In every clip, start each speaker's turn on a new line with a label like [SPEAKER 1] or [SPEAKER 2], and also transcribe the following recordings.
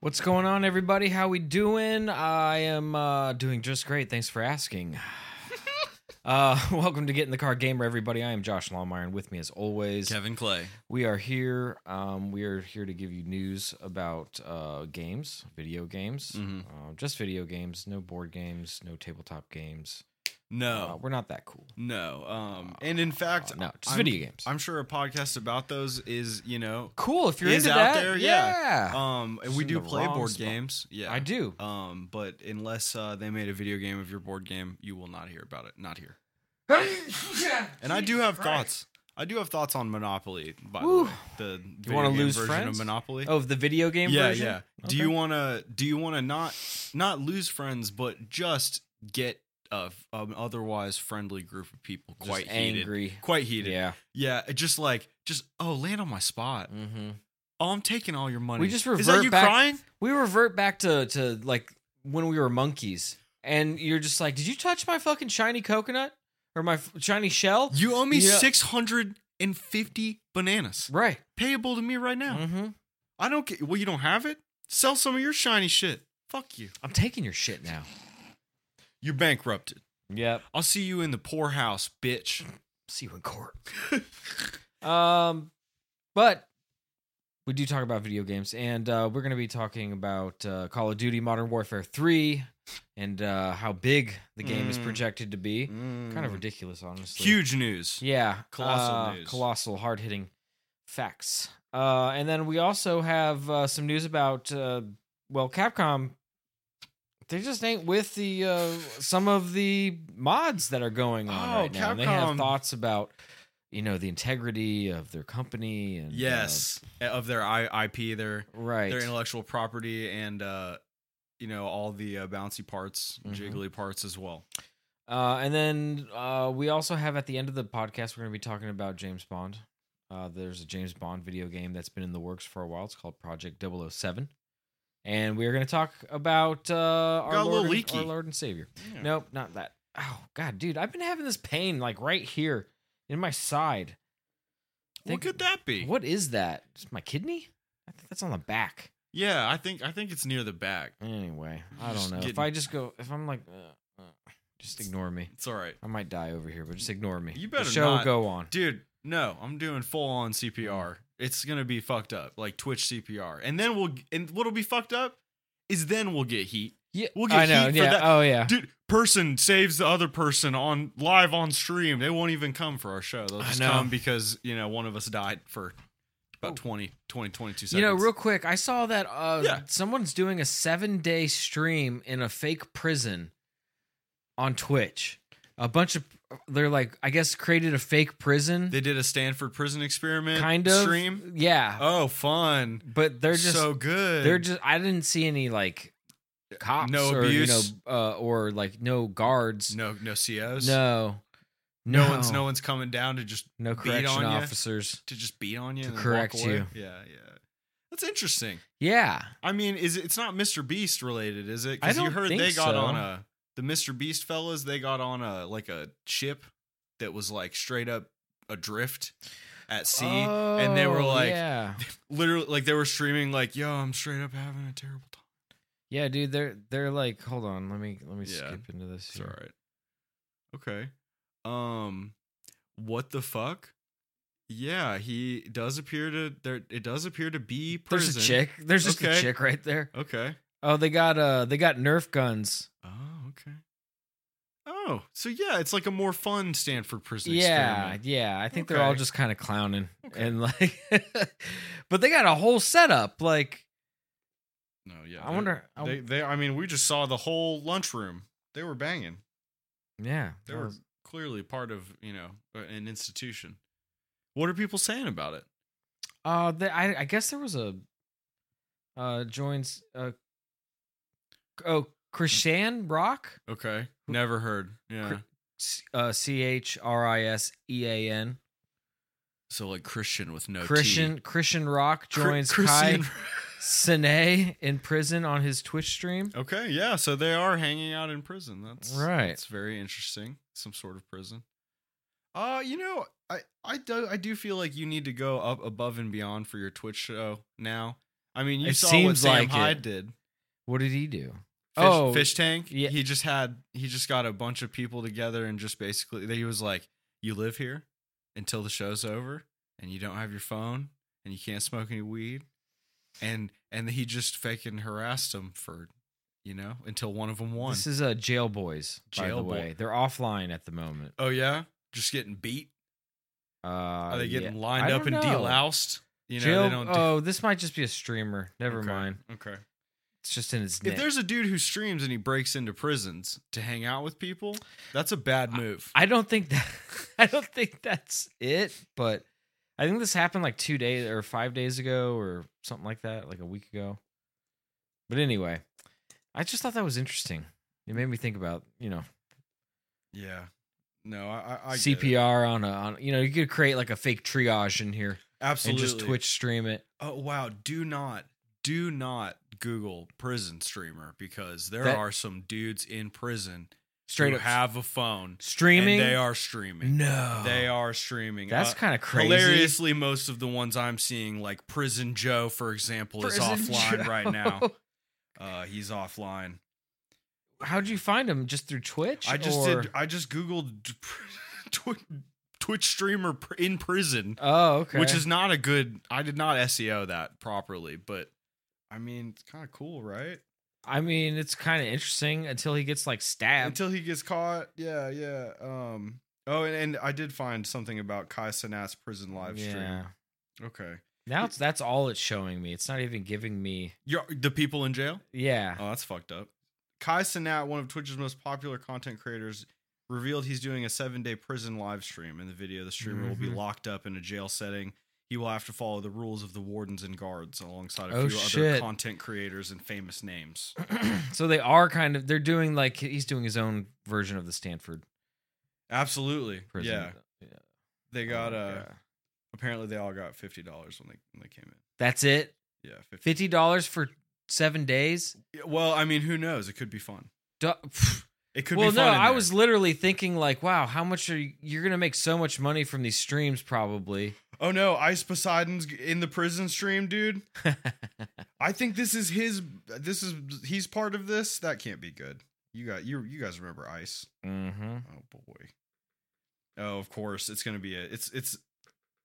[SPEAKER 1] What's going on, everybody? How we doing? I am uh, doing just great. Thanks for asking. uh, welcome to Get in the Car Gamer, everybody. I am Josh Longmire, and with me, as always,
[SPEAKER 2] Kevin Clay.
[SPEAKER 1] we are here. Um, we are here to give you news about uh, games, video games,
[SPEAKER 3] Mm-hmm.
[SPEAKER 2] Mhm.
[SPEAKER 1] uh, just video games. No board games, no tabletop games. Uh,
[SPEAKER 2] No,
[SPEAKER 1] we're not that cool.
[SPEAKER 2] no. Um, and in fact,
[SPEAKER 1] Uh, no, just
[SPEAKER 2] I'm-
[SPEAKER 1] video games.
[SPEAKER 2] I'm sure a podcast about those is you know,
[SPEAKER 1] cool if you're
[SPEAKER 2] is
[SPEAKER 1] into
[SPEAKER 2] out
[SPEAKER 1] that.
[SPEAKER 2] there,
[SPEAKER 1] yeah.
[SPEAKER 2] yeah. um,
[SPEAKER 1] Just Ah,
[SPEAKER 2] we
[SPEAKER 1] in
[SPEAKER 2] do
[SPEAKER 1] the
[SPEAKER 2] play
[SPEAKER 1] wrong
[SPEAKER 2] board
[SPEAKER 1] spot.
[SPEAKER 2] games. Yeah,
[SPEAKER 1] I do.
[SPEAKER 2] Um, but unless uh, they made a video game of your board game, you will not hear about it. Not here. And I do have thoughts. I do have thoughts on Monopoly. By
[SPEAKER 1] Woo.
[SPEAKER 2] the way, the
[SPEAKER 1] You wanna
[SPEAKER 2] video game
[SPEAKER 1] lose
[SPEAKER 2] version
[SPEAKER 1] friends?
[SPEAKER 2] of Monopoly?
[SPEAKER 1] Oh, the video game
[SPEAKER 2] yeah,
[SPEAKER 1] version.
[SPEAKER 2] yeah. Do
[SPEAKER 1] Okay.
[SPEAKER 2] you want to? Do you want to not not lose friends, but just get a, an otherwise friendly group of people
[SPEAKER 1] Just
[SPEAKER 2] quite heated.
[SPEAKER 1] angry.
[SPEAKER 2] quite heated.
[SPEAKER 1] Yeah.
[SPEAKER 2] Yeah, it just like just oh, land on my spot.
[SPEAKER 1] Mm-hmm.
[SPEAKER 2] Oh, I'm taking all your money.
[SPEAKER 1] We just
[SPEAKER 2] Is that
[SPEAKER 1] revert
[SPEAKER 2] you
[SPEAKER 1] back-
[SPEAKER 2] crying?
[SPEAKER 1] we revert back to to like when we were monkeys and you're just like did you touch my fucking shiny coconut or my f- shiny shell
[SPEAKER 2] You owe me
[SPEAKER 1] Yeah.
[SPEAKER 2] 650 bananas.
[SPEAKER 1] right
[SPEAKER 2] Payable to me right now.
[SPEAKER 1] mm-hmm.
[SPEAKER 2] I don't get well, you don't have it? Sell some of your shiny shit. Fuck you.
[SPEAKER 1] i'm taking your shit now
[SPEAKER 2] You're bankrupted.
[SPEAKER 1] yep
[SPEAKER 2] I'll see you in the poorhouse, bitch.
[SPEAKER 1] see you in court um but we do talk about video games and uh, we're going to be talking about uh, call of duty modern warfare 3 and uh, how big the game is
[SPEAKER 2] Mm.
[SPEAKER 1] projected to be kind of ridiculous honestly
[SPEAKER 2] Huge news.
[SPEAKER 1] Mm. Yeah.
[SPEAKER 2] Colossal
[SPEAKER 1] uh,
[SPEAKER 2] news.
[SPEAKER 1] Colossal, hard hitting facts. Uh, and then we also have uh, some news about, uh, well, Capcom. They just ain't with the uh, some of the mods that are going on
[SPEAKER 2] Oh,
[SPEAKER 1] right now. And they have
[SPEAKER 2] Capcom.
[SPEAKER 1] thoughts about, you know, the integrity of their company and uh,
[SPEAKER 2] Yes. Of their I- IP, their
[SPEAKER 1] right,
[SPEAKER 2] their intellectual property and uh you know, all the uh, bouncy parts,
[SPEAKER 1] Mhm.
[SPEAKER 2] jiggly parts as well.
[SPEAKER 1] Uh, and then uh, we also have at the end of the podcast, we're going to be talking about James Bond. Uh, there's a James Bond video game that's been in the works for a while. It's called Project 007. And we're going to talk about uh, our,
[SPEAKER 2] Got a little
[SPEAKER 1] Lord and,
[SPEAKER 2] leaky.
[SPEAKER 1] our Lord and Savior. Nope, not that. Oh, God, dude. I've been having this pain like right here in my side.
[SPEAKER 2] What could that be?
[SPEAKER 1] What is that? It's my kidney? I think that's on the back.
[SPEAKER 2] Yeah, I think I think it's near the back.
[SPEAKER 1] Anyway, I
[SPEAKER 2] Just
[SPEAKER 1] don't know. If
[SPEAKER 2] getting-
[SPEAKER 1] I just go, if I'm like, uh, uh, just ignore me.
[SPEAKER 2] It's all right,
[SPEAKER 1] I might die over here, but just ignore me.
[SPEAKER 2] You better
[SPEAKER 1] The show
[SPEAKER 2] not.
[SPEAKER 1] go on.
[SPEAKER 2] dude. No, I'm doing full on
[SPEAKER 1] Mm.
[SPEAKER 2] CPR. It's gonna be fucked up, like Twitch CPR, and then we'll and what'll be fucked up is then we'll get heat,
[SPEAKER 1] Yeah,
[SPEAKER 2] We'll get
[SPEAKER 1] I know.
[SPEAKER 2] heat for
[SPEAKER 1] yeah.
[SPEAKER 2] that.
[SPEAKER 1] Oh yeah.
[SPEAKER 2] dude. Person saves the other person on live on stream. They won't even come for our show. They'll
[SPEAKER 1] I
[SPEAKER 2] just
[SPEAKER 1] know.
[SPEAKER 2] come because you know one of us died for about 20, 20, 22 seconds.
[SPEAKER 1] You know, real quick, I saw that uh,
[SPEAKER 2] Yeah.
[SPEAKER 1] someone's doing a seven day stream in a fake prison on Twitch. A bunch of they're like, I guess, created a fake prison,
[SPEAKER 2] they did a Stanford prison experiment
[SPEAKER 1] kind of
[SPEAKER 2] stream.
[SPEAKER 1] Yeah,
[SPEAKER 2] Oh, fun!
[SPEAKER 1] but they're just
[SPEAKER 2] so good.
[SPEAKER 1] they're just. I didn't see any like cops
[SPEAKER 2] No
[SPEAKER 1] or
[SPEAKER 2] abuse.
[SPEAKER 1] you know uh, or like no guards.
[SPEAKER 2] no no COs.
[SPEAKER 1] no,
[SPEAKER 2] no one's no one's coming down to just
[SPEAKER 1] no
[SPEAKER 2] beat
[SPEAKER 1] correction
[SPEAKER 2] on ya.
[SPEAKER 1] officers.
[SPEAKER 2] to just beat on you
[SPEAKER 1] To
[SPEAKER 2] and then
[SPEAKER 1] correct
[SPEAKER 2] walk away.
[SPEAKER 1] you.
[SPEAKER 2] Yeah, yeah. That's interesting.
[SPEAKER 1] Yeah,
[SPEAKER 2] I mean, is it, it's not Mr. Beast related, is it?
[SPEAKER 1] I
[SPEAKER 2] you
[SPEAKER 1] don't
[SPEAKER 2] heard
[SPEAKER 1] think
[SPEAKER 2] they got
[SPEAKER 1] so.
[SPEAKER 2] on a the Mr. Beast fellas. They got on a like a ship that was like straight up adrift at sea, and they were
[SPEAKER 1] Oh,
[SPEAKER 2] like
[SPEAKER 1] yeah.
[SPEAKER 2] literally like they were streaming like, "Yo, I'm straight up having a terrible time."
[SPEAKER 1] Yeah, dude, they're they're like, hold on, let me let me
[SPEAKER 2] Yeah.
[SPEAKER 1] skip into this.
[SPEAKER 2] It's all
[SPEAKER 1] Here.
[SPEAKER 2] right. Okay. Um, what the fuck? Yeah, he does appear to there. It does appear to be prison.
[SPEAKER 1] There's a chick. There's just a
[SPEAKER 2] Okay.
[SPEAKER 1] chick right there.
[SPEAKER 2] Okay.
[SPEAKER 1] Oh, they got uh they got Nerf guns.
[SPEAKER 2] Oh, okay. Oh, so yeah, it's like a more fun Stanford prison
[SPEAKER 1] Yeah,
[SPEAKER 2] experiment.
[SPEAKER 1] yeah. I think they're all
[SPEAKER 2] Okay.
[SPEAKER 1] just kind of clowning
[SPEAKER 2] Okay.
[SPEAKER 1] and like, but they got a whole setup. Like,
[SPEAKER 2] No, yeah.
[SPEAKER 1] I
[SPEAKER 2] they-
[SPEAKER 1] wonder. oh, I-
[SPEAKER 2] They, they, I mean, we just saw the whole lunchroom. They were banging.
[SPEAKER 1] yeah, um,
[SPEAKER 2] They were clearly part of you know an institution. What are people saying about it?
[SPEAKER 1] Uh, the, I, I guess there was a uh joins uh oh Christian Rock
[SPEAKER 2] Okay. Never heard. Yeah.
[SPEAKER 1] C- uh C H R I S E A N
[SPEAKER 2] So like Christian with no T.
[SPEAKER 1] Christian Christian Rock
[SPEAKER 2] Cr-
[SPEAKER 1] joins Kai
[SPEAKER 2] Christian-
[SPEAKER 1] Sine in prison on his Twitch stream.
[SPEAKER 2] Okay, yeah. So they are hanging out in prison. That's
[SPEAKER 1] Right.
[SPEAKER 2] Oh, It's very interesting. Some sort of prison. Uh, you know, I I do I do feel like you need to go up above and beyond for your Twitch show now. I mean, you
[SPEAKER 1] It
[SPEAKER 2] saw what
[SPEAKER 1] seems
[SPEAKER 2] Sam
[SPEAKER 1] like it.
[SPEAKER 2] Hyde did. Fish,
[SPEAKER 1] What did he do? Oh.
[SPEAKER 2] fish tank.
[SPEAKER 1] yeah.
[SPEAKER 2] He just had he just got a bunch of people together and just basically he was like, "You live here until the show's over, and you don't have your phone, and you can't smoke any weed." And and he just fucking harassed them for, you know, until one of them won.
[SPEAKER 1] This is uh, Jail Boys. by
[SPEAKER 2] Jail
[SPEAKER 1] the
[SPEAKER 2] Boy-
[SPEAKER 1] way, they're offline at the moment.
[SPEAKER 2] Oh yeah, just getting beat.
[SPEAKER 1] Uh,
[SPEAKER 2] Are they getting
[SPEAKER 1] yeah. I
[SPEAKER 2] lined up
[SPEAKER 1] don't
[SPEAKER 2] and
[SPEAKER 1] know.
[SPEAKER 2] deloused? You know,
[SPEAKER 1] Jail-
[SPEAKER 2] they don't.
[SPEAKER 1] oh, this might just be a streamer. Never
[SPEAKER 2] Okay.
[SPEAKER 1] mind.
[SPEAKER 2] okay.
[SPEAKER 1] It's just in his
[SPEAKER 2] If
[SPEAKER 1] name.
[SPEAKER 2] there's a dude who streams and he breaks into prisons to hang out with people, that's a bad move.
[SPEAKER 1] I don't think that. I don't think that's it. But I think this happened like two days or five days ago or something like that, like a week ago. But anyway, I just thought that was interesting. It made me think about you know
[SPEAKER 2] yeah. No, I, I, I get it.
[SPEAKER 1] CPR on a on you know you could create like a fake triage in here
[SPEAKER 2] absolutely.
[SPEAKER 1] and just Twitch stream it.
[SPEAKER 2] Oh wow! Do not, do not Google prison streamer because there
[SPEAKER 1] That-
[SPEAKER 2] are some dudes in prison
[SPEAKER 1] Straight
[SPEAKER 2] who
[SPEAKER 1] up
[SPEAKER 2] have a phone
[SPEAKER 1] streaming.
[SPEAKER 2] and they are streaming.
[SPEAKER 1] no,
[SPEAKER 2] They are streaming.
[SPEAKER 1] That's
[SPEAKER 2] Uh,
[SPEAKER 1] kind of crazy.
[SPEAKER 2] Hilariously, most of the ones I'm seeing, like Prison Joe, for example, is
[SPEAKER 1] Prison
[SPEAKER 2] offline
[SPEAKER 1] Joe.
[SPEAKER 2] right now. Uh, he's offline.
[SPEAKER 1] How'd you find him? Just through Twitch?
[SPEAKER 2] I just
[SPEAKER 1] or-
[SPEAKER 2] did. I just googled Twitch, Twitch streamer pr- in prison,
[SPEAKER 1] Oh, okay.
[SPEAKER 2] which is not a good. I did not SEO that properly, but I mean, it's kind of cool, right?
[SPEAKER 1] I mean, it's kind of interesting until he gets like stabbed.
[SPEAKER 2] Until he gets caught. Yeah, yeah. Um. Oh, and, and I did find something about Kai Sanat's prison live
[SPEAKER 1] Yeah.
[SPEAKER 2] stream. Okay.
[SPEAKER 1] Now it's, that's all it's showing me. It's not even giving me.
[SPEAKER 2] You're, the people in jail.
[SPEAKER 1] Yeah.
[SPEAKER 2] Oh, that's fucked up. Kai Sinat, one of Twitch's most popular content creators, revealed he's doing a seven day prison live stream. In the video, the streamer will be
[SPEAKER 1] Mhm.
[SPEAKER 2] locked up in a jail setting. He will have to follow the rules of the wardens and guards alongside a
[SPEAKER 1] Oh,
[SPEAKER 2] few other
[SPEAKER 1] shit.
[SPEAKER 2] content creators and famous names.
[SPEAKER 1] so they are kind of. They're doing like he's doing his own version of the Stanford
[SPEAKER 2] Absolutely.
[SPEAKER 1] prison.
[SPEAKER 2] Yeah. They
[SPEAKER 1] Oh
[SPEAKER 2] got,
[SPEAKER 1] my
[SPEAKER 2] uh,
[SPEAKER 1] God.
[SPEAKER 2] apparently they all got $50 when they, when they came in.
[SPEAKER 1] That's it.
[SPEAKER 2] Yeah. 50.
[SPEAKER 1] Fifty dollars for seven days.
[SPEAKER 2] Yeah, Well, I mean, who knows? It could be fun.
[SPEAKER 1] Du-
[SPEAKER 2] It could
[SPEAKER 1] well,
[SPEAKER 2] be
[SPEAKER 1] no,
[SPEAKER 2] fun. in
[SPEAKER 1] I
[SPEAKER 2] there.
[SPEAKER 1] was literally thinking like, wow, how much are you, you're gonna make so much money from these streams? Probably.
[SPEAKER 2] Oh no, Ice Poseidon's in the prison stream, dude.
[SPEAKER 1] Mm-hmm.
[SPEAKER 2] I think this is his. This is he's part of this. That can't be good. You got you. You guys remember Ice?
[SPEAKER 1] mm-hmm.
[SPEAKER 2] Oh boy. Oh, of course it's gonna be a. It's it's.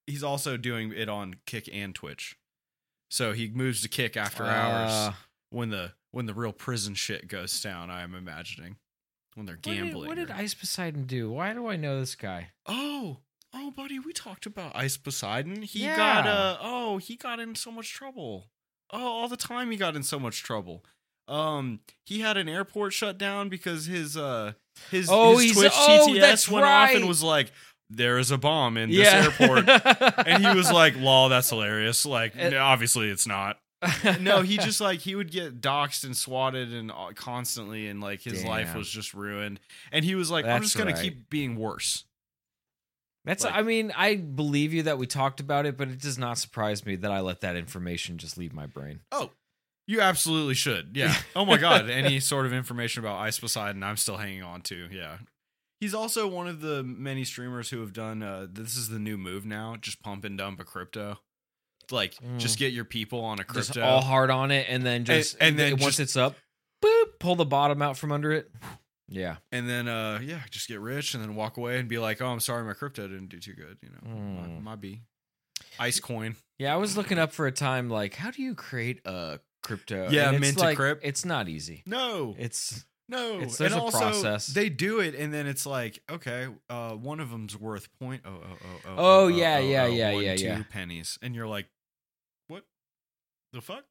[SPEAKER 2] He's also doing it on Kick and Twitch, so he moves to Kick
[SPEAKER 1] Ah.
[SPEAKER 2] after
[SPEAKER 1] Uh,
[SPEAKER 2] hours when the when the real prison shit goes down. I am imagining when they're
[SPEAKER 1] What did-
[SPEAKER 2] gambling.
[SPEAKER 1] What did,
[SPEAKER 2] or-
[SPEAKER 1] Ice Poseidon do? Why do I know this guy?
[SPEAKER 2] Oh, oh, buddy, we talked about Ice Poseidon. He
[SPEAKER 1] Yeah.
[SPEAKER 2] got uh oh, he got in so much trouble. Oh, all the time he got in so much trouble. Um, he had an airport shut down because his uh his,
[SPEAKER 1] Oh,
[SPEAKER 2] his
[SPEAKER 1] he's-
[SPEAKER 2] Twitch
[SPEAKER 1] oh, that's
[SPEAKER 2] TTS went off
[SPEAKER 1] right.
[SPEAKER 2] and was like, "There is a bomb in this airport," and he was like, "Lol, that's hilarious." Like,
[SPEAKER 1] Uh,
[SPEAKER 2] no, obviously, it's not. No, he just like he would get doxxed and swatted and uh, constantly, and like his life
[SPEAKER 1] Damn.
[SPEAKER 2] was just ruined. And he was like, "I'm
[SPEAKER 1] That's
[SPEAKER 2] just gonna
[SPEAKER 1] right.
[SPEAKER 2] keep being worse."
[SPEAKER 1] That's.
[SPEAKER 2] like-
[SPEAKER 1] I mean, I believe you that we talked about it, but it does not surprise me that I let that information just leave my brain.
[SPEAKER 2] Oh, you absolutely should. Yeah. Oh my God. Any sort of information about Ice Poseidon, I'm still hanging on to. Yeah. He's also one of the many streamers who have done. Uh, this is the new move now. Just pump and dump a crypto. Like, just get your people on a
[SPEAKER 1] Mm. Just
[SPEAKER 2] crypto.
[SPEAKER 1] all hard on it, and then just
[SPEAKER 2] and then
[SPEAKER 1] once
[SPEAKER 2] just-
[SPEAKER 1] it's up, boop, pull the bottom out from under it. Yeah.
[SPEAKER 2] and then, uh, yeah, just get rich and then walk away and be like, oh, I'm sorry, my crypto didn't do too good. You know, my,
[SPEAKER 1] Mm.
[SPEAKER 2] my B. Ice coin.
[SPEAKER 1] Yeah, I was looking up for a time like how do you create a crypto?
[SPEAKER 2] Yeah,
[SPEAKER 1] And it's
[SPEAKER 2] mint to
[SPEAKER 1] like,
[SPEAKER 2] crypt.
[SPEAKER 1] It's not easy.
[SPEAKER 2] No.
[SPEAKER 1] It's
[SPEAKER 2] No,
[SPEAKER 1] It's- there's
[SPEAKER 2] and
[SPEAKER 1] a
[SPEAKER 2] also,
[SPEAKER 1] process.
[SPEAKER 2] They do it, and then it's like, okay, uh, one of them's worth point oh oh oh oh.
[SPEAKER 1] Oh, yeah, yeah, yeah,
[SPEAKER 2] one,
[SPEAKER 1] yeah,
[SPEAKER 2] two
[SPEAKER 1] yeah.
[SPEAKER 2] pennies, and you're like, what the fuck?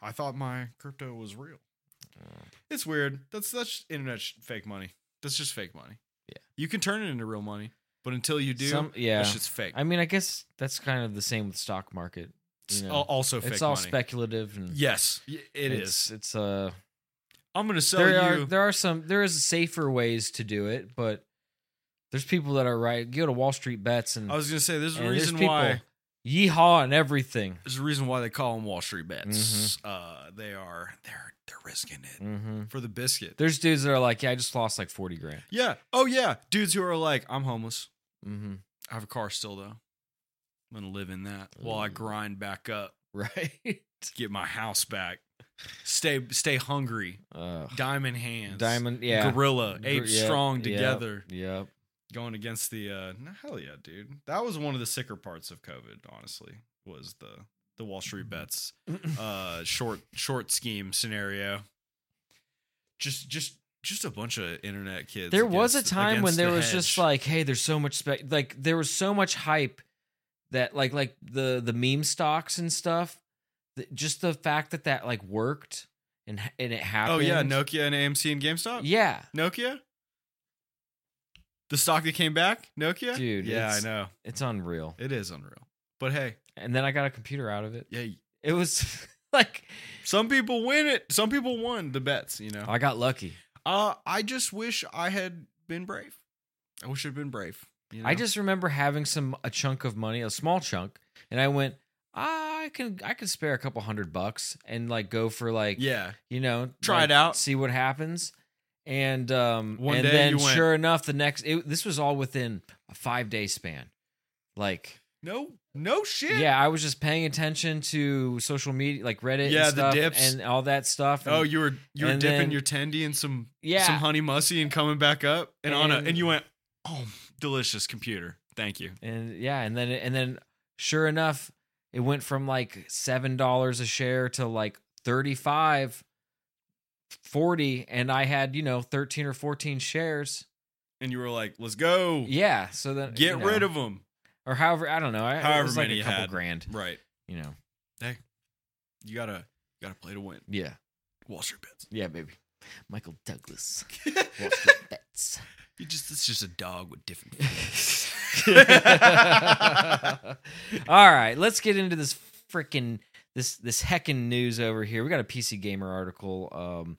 [SPEAKER 2] I thought my crypto was real.
[SPEAKER 1] Mm.
[SPEAKER 2] It's weird. That's that's internet sh- fake money. That's just fake money.
[SPEAKER 1] Yeah.
[SPEAKER 2] you can turn it into real money. But until you do,
[SPEAKER 1] Some- yeah.
[SPEAKER 2] that shit's fake.
[SPEAKER 1] I mean, I guess that's kind of the same with stock market.
[SPEAKER 2] It's
[SPEAKER 1] you know,
[SPEAKER 2] al- also fake
[SPEAKER 1] it's all
[SPEAKER 2] money.
[SPEAKER 1] speculative and
[SPEAKER 2] Yes, y- it
[SPEAKER 1] it's,
[SPEAKER 2] is.
[SPEAKER 1] It's uh,
[SPEAKER 2] I'm gonna sell
[SPEAKER 1] there
[SPEAKER 2] you.
[SPEAKER 1] are there are some there is safer ways to do it, but there's people that are right. You go to Wall Street bets and,
[SPEAKER 2] I was gonna say there's a
[SPEAKER 1] and
[SPEAKER 2] reason why
[SPEAKER 1] yeehaw and everything.
[SPEAKER 2] there's a reason why they call them Wall Street bets.
[SPEAKER 1] Mm-hmm.
[SPEAKER 2] Uh, they are they're they're risking it
[SPEAKER 1] hmm
[SPEAKER 2] for the biscuit.
[SPEAKER 1] There's dudes that are like, yeah, I just lost like forty grand.
[SPEAKER 2] yeah. Oh yeah. Dudes who are like, I'm homeless.
[SPEAKER 1] Mm-hmm.
[SPEAKER 2] I have a car still though. I'm gonna live in that while I
[SPEAKER 1] Ooh.
[SPEAKER 2] grind back up,
[SPEAKER 1] Right.
[SPEAKER 2] get my house back, stay stay hungry,
[SPEAKER 1] Ugh.
[SPEAKER 2] diamond hands,
[SPEAKER 1] Diamond. Yeah.
[SPEAKER 2] gorilla,
[SPEAKER 1] Gor-
[SPEAKER 2] ape
[SPEAKER 1] yeah,
[SPEAKER 2] strong
[SPEAKER 1] yeah.
[SPEAKER 2] together.
[SPEAKER 1] Yep.
[SPEAKER 2] going against the uh no, hell yeah dude that was one of the sicker parts of covid honestly was the the wall street bets
[SPEAKER 1] Mm-hmm.
[SPEAKER 2] uh short short scheme scenario just just just a bunch of internet kids
[SPEAKER 1] There was a
[SPEAKER 2] against-
[SPEAKER 1] time when
[SPEAKER 2] against
[SPEAKER 1] there
[SPEAKER 2] the
[SPEAKER 1] was just
[SPEAKER 2] hedge.
[SPEAKER 1] like, hey, there's so much spec, like there was so much hype that like like the the meme stocks and stuff. th- just the fact that that like worked and ha- and it happened.
[SPEAKER 2] oh yeah nokia and amc and gamestop
[SPEAKER 1] yeah,
[SPEAKER 2] nokia the stock that came back nokia
[SPEAKER 1] Dude,
[SPEAKER 2] yeah i
[SPEAKER 1] it's-
[SPEAKER 2] know
[SPEAKER 1] it's unreal.
[SPEAKER 2] it is unreal but hey
[SPEAKER 1] And then I got a computer out of it.
[SPEAKER 2] yeah
[SPEAKER 1] It was like
[SPEAKER 2] some people win it some people won the bets you know
[SPEAKER 1] I got lucky.
[SPEAKER 2] Uh, I just wish I had been brave. I wish I'd been brave. you
[SPEAKER 1] I
[SPEAKER 2] know?
[SPEAKER 1] just remember having some a chunk of money, a small chunk, and I went, I can I could spare a couple hundred bucks and like go for like
[SPEAKER 2] yeah.
[SPEAKER 1] you know,
[SPEAKER 2] Try it out.
[SPEAKER 1] see what happens. And um,
[SPEAKER 2] One
[SPEAKER 1] and
[SPEAKER 2] day
[SPEAKER 1] then
[SPEAKER 2] you went-
[SPEAKER 1] sure enough, the next it, this was all within a five day span. Like,
[SPEAKER 2] No, no shit.
[SPEAKER 1] yeah, I was just paying attention to social media, like Reddit,
[SPEAKER 2] Yeah,
[SPEAKER 1] and
[SPEAKER 2] the
[SPEAKER 1] stuff
[SPEAKER 2] dips.
[SPEAKER 1] and all that stuff.
[SPEAKER 2] Oh,
[SPEAKER 1] and-
[SPEAKER 2] you were you were
[SPEAKER 1] and
[SPEAKER 2] dipping
[SPEAKER 1] then-
[SPEAKER 2] your tendy in some
[SPEAKER 1] yeah,
[SPEAKER 2] some honey mussy and coming back up and, on a
[SPEAKER 1] And-
[SPEAKER 2] and you went oh delicious computer thank you
[SPEAKER 1] and yeah, and then and then sure enough, it went from like seven dollars a share to like 35 40 and I had, you know, 13 or 14 shares.
[SPEAKER 2] and you were like let's go
[SPEAKER 1] Yeah, so then
[SPEAKER 2] get
[SPEAKER 1] you know.
[SPEAKER 2] rid of them
[SPEAKER 1] or however I don't know. I,
[SPEAKER 2] However
[SPEAKER 1] it was like
[SPEAKER 2] many
[SPEAKER 1] a
[SPEAKER 2] you
[SPEAKER 1] couple
[SPEAKER 2] had.
[SPEAKER 1] grand,
[SPEAKER 2] right
[SPEAKER 1] you know.
[SPEAKER 2] you gotta you gotta play to win
[SPEAKER 1] Yeah,
[SPEAKER 2] Wall Street bets
[SPEAKER 1] yeah, baby. Michael Douglas, Wall Street bets.
[SPEAKER 2] you just it's just a dog with different
[SPEAKER 1] All right, let's get into this freaking this this heckin' news over here. We got a PC Gamer article, um,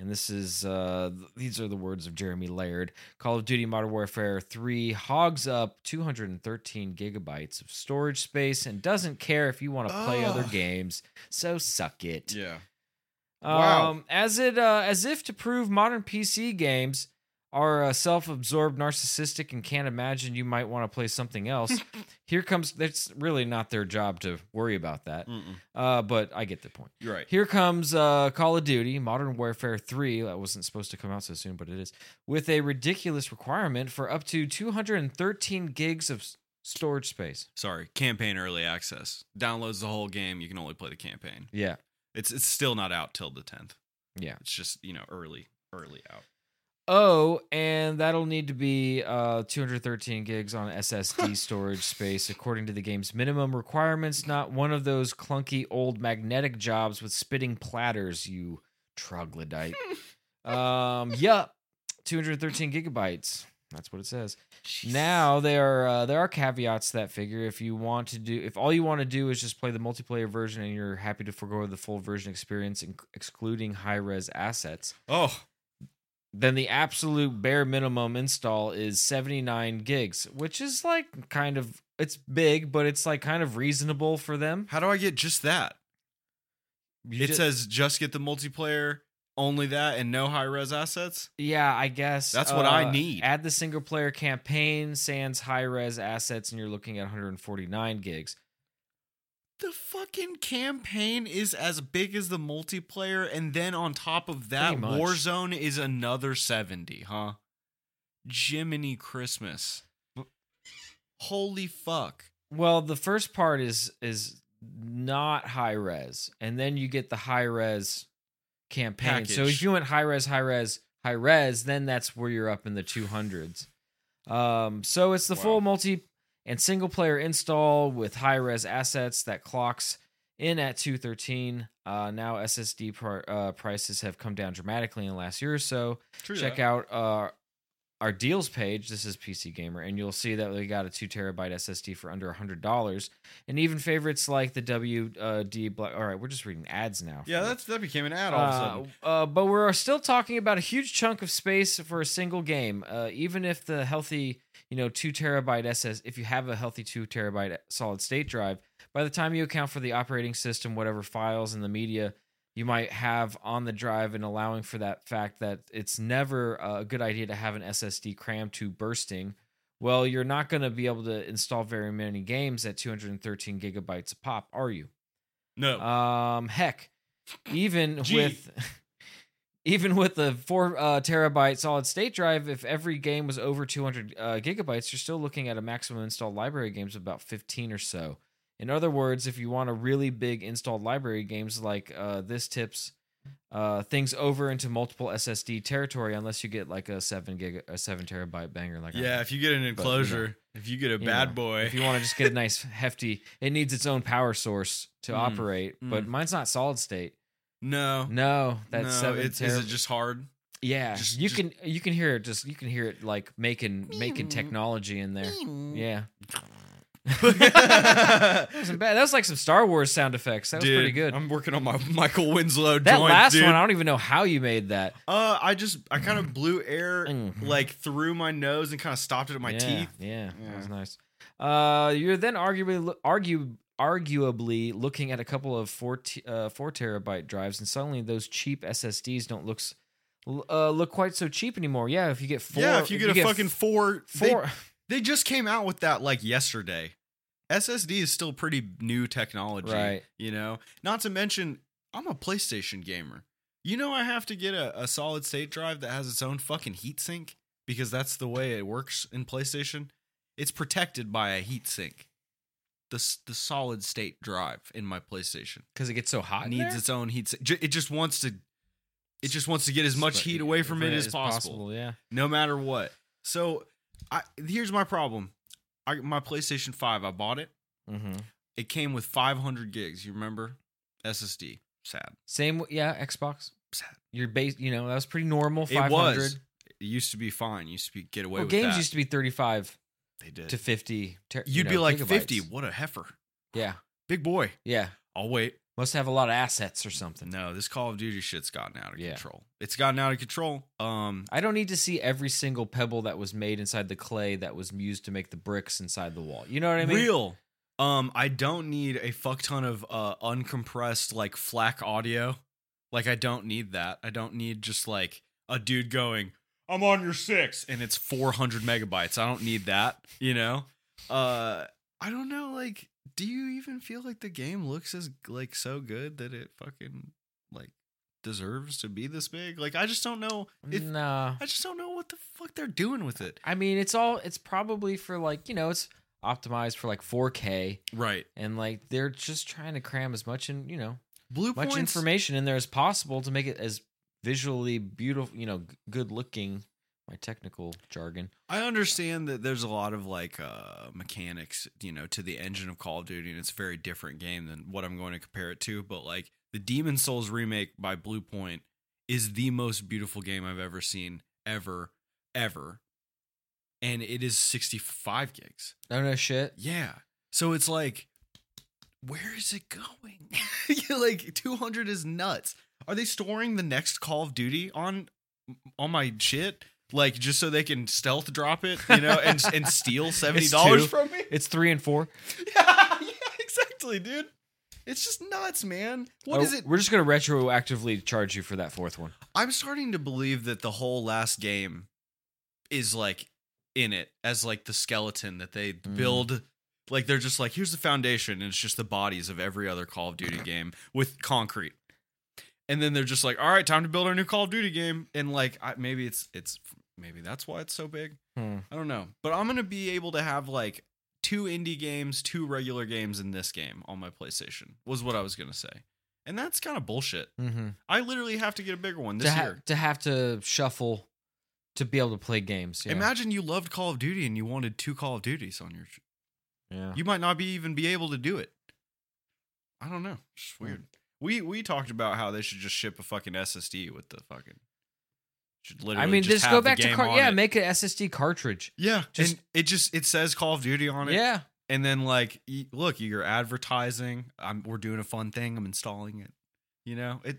[SPEAKER 1] and this is uh, th- these are the words of Jeremy Laird. Call of Duty Modern Warfare Three hogs up 213 gigabytes of storage space and doesn't care if you want to play other
[SPEAKER 2] Ugh.
[SPEAKER 1] games. So suck it.
[SPEAKER 2] yeah Wow.
[SPEAKER 1] Um, as it uh, as if to prove modern PC games are uh, self-absorbed, narcissistic, and can't imagine you might want to play something else. here comes that's really not their job to worry about that.
[SPEAKER 2] Mm-mm.
[SPEAKER 1] Uh, but I get the point.
[SPEAKER 2] you're right
[SPEAKER 1] Here comes uh, Call of Duty Modern Warfare 3. That wasn't supposed to come out so soon, but it is. With a ridiculous requirement for up to 213 gigs of s- storage space.
[SPEAKER 2] sorry campaign early access downloads the whole game you can only play the campaign
[SPEAKER 1] Yeah.
[SPEAKER 2] It's it's still not out till the tenth.
[SPEAKER 1] Yeah.
[SPEAKER 2] It's just you know early early out.
[SPEAKER 1] Oh, and that'll need to be uh, 213 gigs on SSD storage space, according to the game's minimum requirements. Not one of those clunky old magnetic jobs with spitting platters, you troglodyte. um, yup, 213 gigabytes. That's what it says. Now there are uh, there are caveats to that figure. If you want to do, if all you want to do is just play the multiplayer version, and you're happy to forego the full version experience, inc- excluding high res assets
[SPEAKER 2] Oh,
[SPEAKER 1] then the absolute bare minimum install is 79 gigs, which is like kind of it's big, but it's like kind of reasonable for them.
[SPEAKER 2] how do I get just that?
[SPEAKER 1] You
[SPEAKER 2] it
[SPEAKER 1] ju-
[SPEAKER 2] says just get the multiplayer, only that, and no high res assets.
[SPEAKER 1] yeah, I guess uh,
[SPEAKER 2] That's what I need.
[SPEAKER 1] Add the single player campaign, sans high res assets, and you're looking at 149 gigs.
[SPEAKER 2] The fucking campaign is as big as the multiplayer, and then on top of that,
[SPEAKER 1] Pretty much.
[SPEAKER 2] Warzone is another seventy, huh? Jiminy Christmas! Holy fuck!
[SPEAKER 1] Well, the first part is is not high res, and then you get the high res campaign. So
[SPEAKER 2] Package.
[SPEAKER 1] if you went high res, high res, high res, then that's where you're up in the two hundreds. Um, so it's the full multi and single player install with high res assets that clocks in at 213. Uh, now SSD pr- uh, prices have come down dramatically in the last year or so.
[SPEAKER 2] True
[SPEAKER 1] Check
[SPEAKER 2] that.
[SPEAKER 1] out uh, our deals page, this is PC Gamer, and you'll see that we got a two terabyte SSD for under hundred dollars, and even favorites like the WD. Black, all right, we're just reading ads now. for
[SPEAKER 2] Yeah,
[SPEAKER 1] this.
[SPEAKER 2] that's that became an ad all of a
[SPEAKER 1] Uh,
[SPEAKER 2] sudden.
[SPEAKER 1] uh, but we're still talking about a huge chunk of space for a single game. Uh, even if the healthy, you know, two terabyte SS, if you have a healthy two terabyte solid state drive, by the time you account for the operating system, whatever files and the media you might have on the drive, and allowing for that fact that it's never a good idea to have an SSD crammed to bursting. Well, you're not going to be able to install very many games at 213 gigabytes a pop, are you?
[SPEAKER 2] No,
[SPEAKER 1] Um, heck, even
[SPEAKER 2] Oh. Gee.
[SPEAKER 1] with even with the four uh, terabyte solid state drive, if every game was over 200 uh, gigabytes, you're still looking at a maximum installed library of games of about 15 or so. In other words, if you want a really big installed library of games like uh, this tips uh, things over into multiple SSD territory, unless you get like a seven gig, a seven terabyte banger like I
[SPEAKER 2] yeah,
[SPEAKER 1] have.
[SPEAKER 2] if you get an
[SPEAKER 1] know,
[SPEAKER 2] enclosure, if you get a
[SPEAKER 1] you
[SPEAKER 2] bad
[SPEAKER 1] know,
[SPEAKER 2] boy,
[SPEAKER 1] If you want to just get a nice hefty, it needs its own power source to
[SPEAKER 2] Mm,
[SPEAKER 1] operate. But
[SPEAKER 2] mm.
[SPEAKER 1] mine's not solid state.
[SPEAKER 2] no,
[SPEAKER 1] No, that's
[SPEAKER 2] no,
[SPEAKER 1] seven.
[SPEAKER 2] it's,
[SPEAKER 1] tera-
[SPEAKER 2] is it just hard?
[SPEAKER 1] yeah,
[SPEAKER 2] just-
[SPEAKER 1] you
[SPEAKER 2] just-
[SPEAKER 1] can you can hear it. Just you can hear it like making making technology in there. Yeah,
[SPEAKER 2] that
[SPEAKER 1] that wasn't bad. That was like some Star Wars sound effects. That was pretty good.
[SPEAKER 2] I'm working on my Michael Winslow
[SPEAKER 1] that
[SPEAKER 2] joint,
[SPEAKER 1] last
[SPEAKER 2] dude.
[SPEAKER 1] one, I don't even know how you made that.
[SPEAKER 2] Uh, I just I kind of blew air
[SPEAKER 1] Mhm.
[SPEAKER 2] like through my nose and kind of stopped it at my
[SPEAKER 1] yeah,
[SPEAKER 2] teeth.
[SPEAKER 1] Yeah, that was
[SPEAKER 2] Yeah.
[SPEAKER 1] nice. Uh, you're then arguably lo- argue arguably looking at a couple of four t- uh, four terabyte drives, and suddenly those cheap SSDs don't look s- l- uh, look quite so cheap anymore. Yeah, if you get four,
[SPEAKER 2] yeah, if you get a fucking
[SPEAKER 1] f-
[SPEAKER 2] four, they-
[SPEAKER 1] four.
[SPEAKER 2] They, just came out with that like yesterday. SSD is still pretty new technology,
[SPEAKER 1] Right.
[SPEAKER 2] You know, not to mention I'm a PlayStation gamer. You know, I have to get a, a solid state drive that has its own fucking heatsink because that's the way it works in PlayStation. It's protected by a heatsink. The s- the solid state drive in my PlayStation
[SPEAKER 1] because it gets so hot. in
[SPEAKER 2] needs
[SPEAKER 1] there?
[SPEAKER 2] its own heat. si- ju- It just wants to. It just wants to get as much
[SPEAKER 1] But-
[SPEAKER 2] heat away from it
[SPEAKER 1] yeah,
[SPEAKER 2] as possible,
[SPEAKER 1] Yeah.
[SPEAKER 2] no matter what. So, I here's my problem. I my PlayStation Five. I bought it.
[SPEAKER 1] Mm-hmm.
[SPEAKER 2] It came with 500 gigs. You remember SSD? Sad.
[SPEAKER 1] Same. w- Yeah. Xbox.
[SPEAKER 2] Sad.
[SPEAKER 1] Your base. You know that was pretty normal.
[SPEAKER 2] It
[SPEAKER 1] Five
[SPEAKER 2] was.
[SPEAKER 1] hundred.
[SPEAKER 2] It used to be fine. Used to be get away
[SPEAKER 1] Well,
[SPEAKER 2] with
[SPEAKER 1] games
[SPEAKER 2] that.
[SPEAKER 1] used to be thirty-five
[SPEAKER 2] they did.
[SPEAKER 1] to fifty. Ter- you
[SPEAKER 2] You'd
[SPEAKER 1] know,
[SPEAKER 2] be like
[SPEAKER 1] gigabytes.
[SPEAKER 2] 50. What a heifer,
[SPEAKER 1] Yeah.
[SPEAKER 2] big boy.
[SPEAKER 1] Yeah.
[SPEAKER 2] I'll wait.
[SPEAKER 1] Must have a lot of assets or something.
[SPEAKER 2] No, this Call of Duty shit's gotten out of
[SPEAKER 1] Yeah.
[SPEAKER 2] control. It's gotten out of control. Um,
[SPEAKER 1] I don't need to see every single pebble that was made inside the clay that was used to make the bricks inside the wall. You know what I mean?
[SPEAKER 2] real. Um, I don't need a fuck ton of uh uncompressed like flack audio. Like I don't need that. I don't need just like a dude going, "I'm on your six and it's 400 megabytes. I don't need that. You know. Uh, I don't know. Like, do you even feel like the game looks as like so good that it fucking like deserves to be this big? Like, I just don't know. It,
[SPEAKER 1] Nah.
[SPEAKER 2] I just don't know what the fuck they're doing with it.
[SPEAKER 1] I mean, it's all. It's probably for like you know, it's optimized for like 4K,
[SPEAKER 2] Right.
[SPEAKER 1] and like they're just trying to cram as much in you know
[SPEAKER 2] Blue
[SPEAKER 1] much
[SPEAKER 2] points.
[SPEAKER 1] information in there as possible to make it as visually beautiful, you know, g- good looking. My technical jargon.
[SPEAKER 2] I understand that there's a lot of like uh, mechanics, you know, to the engine of Call of Duty, and it's a very different game than what I'm going to compare it to. But like the Demon Souls remake by Blue Point is the most beautiful game I've ever seen, ever, ever, and it is 65 gigs.
[SPEAKER 1] Oh no, shit.
[SPEAKER 2] Yeah, so it's like, where is it going? You're like 200 is nuts. Are they storing the next Call of Duty on on my shit? Like just so they can stealth drop it, you know, and and steal seventy dollars
[SPEAKER 1] two.
[SPEAKER 2] from me?
[SPEAKER 1] It's three and four.
[SPEAKER 2] Yeah, yeah, exactly, dude. It's just nuts, man. What
[SPEAKER 1] Oh,
[SPEAKER 2] is it?
[SPEAKER 1] We're just gonna retroactively charge you for that fourth one.
[SPEAKER 2] I'm starting to believe that the whole last game is like in it as like the skeleton that they
[SPEAKER 1] Mm.
[SPEAKER 2] build. Like they're just like, here's the foundation, and it's just the bodies of every other Call of Duty game with concrete. And then they're just like, all right, time to build our new Call of Duty game. And like, I, maybe it's it's maybe that's why it's so big.
[SPEAKER 1] Hmm.
[SPEAKER 2] I don't know, but I'm gonna be able to have like two indie games, two regular games in this game on my PlayStation. Was what I was gonna say, and that's kind of bullshit.
[SPEAKER 1] Mm-hmm.
[SPEAKER 2] I literally have to get a bigger one this
[SPEAKER 1] to ha-
[SPEAKER 2] year.
[SPEAKER 1] to have to shuffle to be able to play games. Yeah.
[SPEAKER 2] Imagine you loved Call of Duty and you wanted two Call of Duties on your.
[SPEAKER 1] yeah.
[SPEAKER 2] You might not be even be able to do it. I don't know. It's just weird. We we talked about how they should just ship a fucking SSD with the fucking Should literally
[SPEAKER 1] I mean,
[SPEAKER 2] just,
[SPEAKER 1] just
[SPEAKER 2] have
[SPEAKER 1] go
[SPEAKER 2] the
[SPEAKER 1] back to
[SPEAKER 2] game
[SPEAKER 1] car-
[SPEAKER 2] on
[SPEAKER 1] yeah,
[SPEAKER 2] it.
[SPEAKER 1] make an SSD cartridge.
[SPEAKER 2] yeah.
[SPEAKER 1] just-
[SPEAKER 2] and it just it says Call of Duty on it.
[SPEAKER 1] Yeah,
[SPEAKER 2] and then like y- look you're advertising I'm, we're doing a fun thing i'm installing it you know it